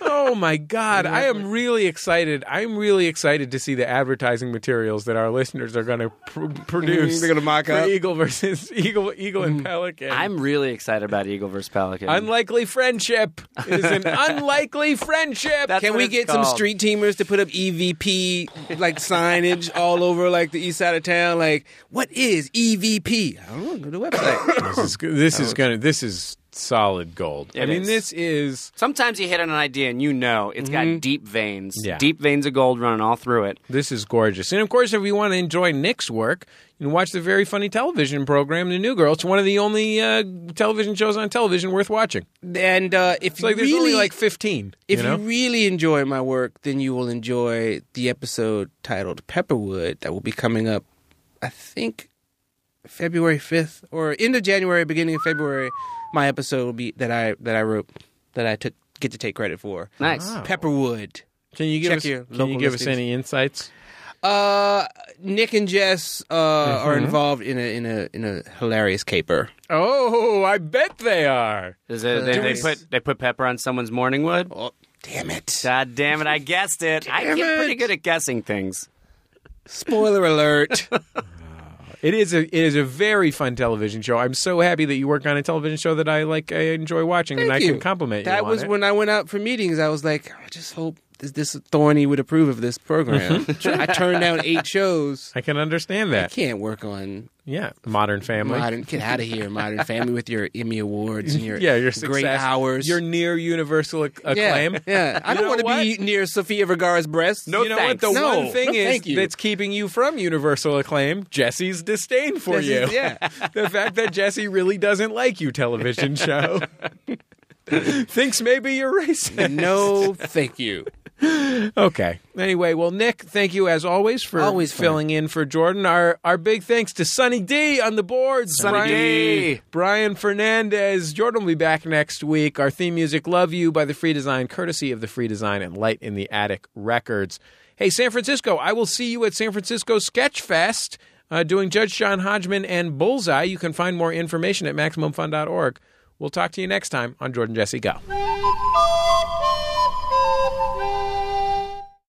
Speaker 2: Oh my God! I am really excited. I'm really excited to see the advertising materials that our listeners are going to pr- produce.
Speaker 3: They're gonna mock
Speaker 2: for
Speaker 3: up.
Speaker 2: Eagle versus [LAUGHS] Eagle, Eagle and Pelican.
Speaker 4: I'm really excited about Eagle versus Pelican.
Speaker 2: unlikely friendship is an unlikely friendship.
Speaker 4: That's
Speaker 3: Can
Speaker 4: what
Speaker 3: we
Speaker 4: it's
Speaker 3: get some
Speaker 4: called.
Speaker 3: street teamers to put up EVP like signage all over like the east side of town? Like, what is EVP? I don't know. Go to the website.
Speaker 2: this is go- this is going to this is solid gold. I
Speaker 4: It
Speaker 2: mean,
Speaker 4: is.
Speaker 2: this is
Speaker 4: Sometimes you hit on an idea and you know it's
Speaker 3: Mm-hmm.
Speaker 4: got deep veins,
Speaker 2: Yeah.
Speaker 4: deep veins of gold running all through it.
Speaker 2: This is gorgeous. And of course, if you want to enjoy Nick's work, you can watch the very funny television program, The New Girl. It's one of the only uh, television shows on television worth watching.
Speaker 3: and uh, if
Speaker 2: It's like
Speaker 3: you
Speaker 2: there's
Speaker 3: really
Speaker 2: only like 15.
Speaker 3: if
Speaker 2: you
Speaker 3: you,
Speaker 2: know?
Speaker 3: really enjoy my work, then you will enjoy the episode titled Pepperwood that will be coming up. I think February fifth or end of January, beginning of February. My episode will be that I that I wrote that I took get to take credit for.
Speaker 4: Nice.
Speaker 3: Pepperwood.
Speaker 2: Can you give
Speaker 3: Check
Speaker 2: us
Speaker 3: your
Speaker 2: can you
Speaker 3: local
Speaker 2: give us
Speaker 3: listings.
Speaker 2: any insights?
Speaker 3: Uh, Nick and Jess uh, are
Speaker 2: Mm-hmm.
Speaker 3: involved in a in a in a hilarious caper.
Speaker 2: Oh, I bet they are.
Speaker 4: Is it, they, they put they put pepper on someone's morning wood?
Speaker 3: Oh, damn it!
Speaker 4: God damn it! I guessed it. I get
Speaker 3: Damn it.
Speaker 4: pretty good at guessing things.
Speaker 3: Spoiler alert!
Speaker 2: It is a it is a very fun television show. I'm so happy that you work on a television show that I like. I enjoy watching, and
Speaker 3: Thank
Speaker 2: I
Speaker 3: you.
Speaker 2: can compliment you.
Speaker 3: That
Speaker 2: on
Speaker 3: was
Speaker 2: it.
Speaker 3: when I went out for meetings. I was like, I just hope this, this Thorny would approve of this program.
Speaker 2: Mm-hmm.
Speaker 3: [LAUGHS] I turned down eight shows.
Speaker 2: I can understand
Speaker 3: I
Speaker 2: that.
Speaker 3: can't work on
Speaker 2: Yeah, Modern Family.
Speaker 3: modern. Get out of here, Modern Family, with your Emmy awards and
Speaker 2: [LAUGHS]
Speaker 3: your
Speaker 2: yeah, your
Speaker 3: great
Speaker 2: success.
Speaker 3: hours.
Speaker 2: Your near universal acc-
Speaker 3: yeah, [LAUGHS]
Speaker 2: acclaim. [LAUGHS]
Speaker 3: yeah. I
Speaker 2: You
Speaker 3: don't
Speaker 2: know
Speaker 3: want to be
Speaker 2: what?
Speaker 3: near Sophia Vergara's breasts.
Speaker 4: No
Speaker 2: you know
Speaker 4: thanks.
Speaker 2: what? The
Speaker 3: No.
Speaker 2: one thing
Speaker 3: No,
Speaker 2: is
Speaker 3: thank you.
Speaker 2: that's keeping you from universal acclaim, Jesse's disdain for
Speaker 3: This is-
Speaker 2: you.
Speaker 3: [LAUGHS] yeah.
Speaker 2: the fact that Jesse really doesn't like you,
Speaker 3: [LAUGHS]
Speaker 2: television [LAUGHS] show. Thinks maybe you're racist.
Speaker 3: No, thank you.
Speaker 2: Okay. Anyway, well, Nick, thank you as always for
Speaker 3: Always fun.
Speaker 2: filling in for Jordan. Our our big thanks to Sunny D on the boards.
Speaker 4: Sonny
Speaker 2: Brian,
Speaker 4: D.
Speaker 2: Brian Fernandez. Jordan will be back next week. Our theme music, "Love You" by the Free Design, courtesy of the Free Design and Light in the Attic Records. Hey, San Francisco! I will see you at San Francisco Sketch Fest, uh, doing Judge John Hodgman and Bullseye. You can find more information at maximumfun.org. We'll talk to you next time on Jordan Jesse Go.
Speaker 1: Thank you.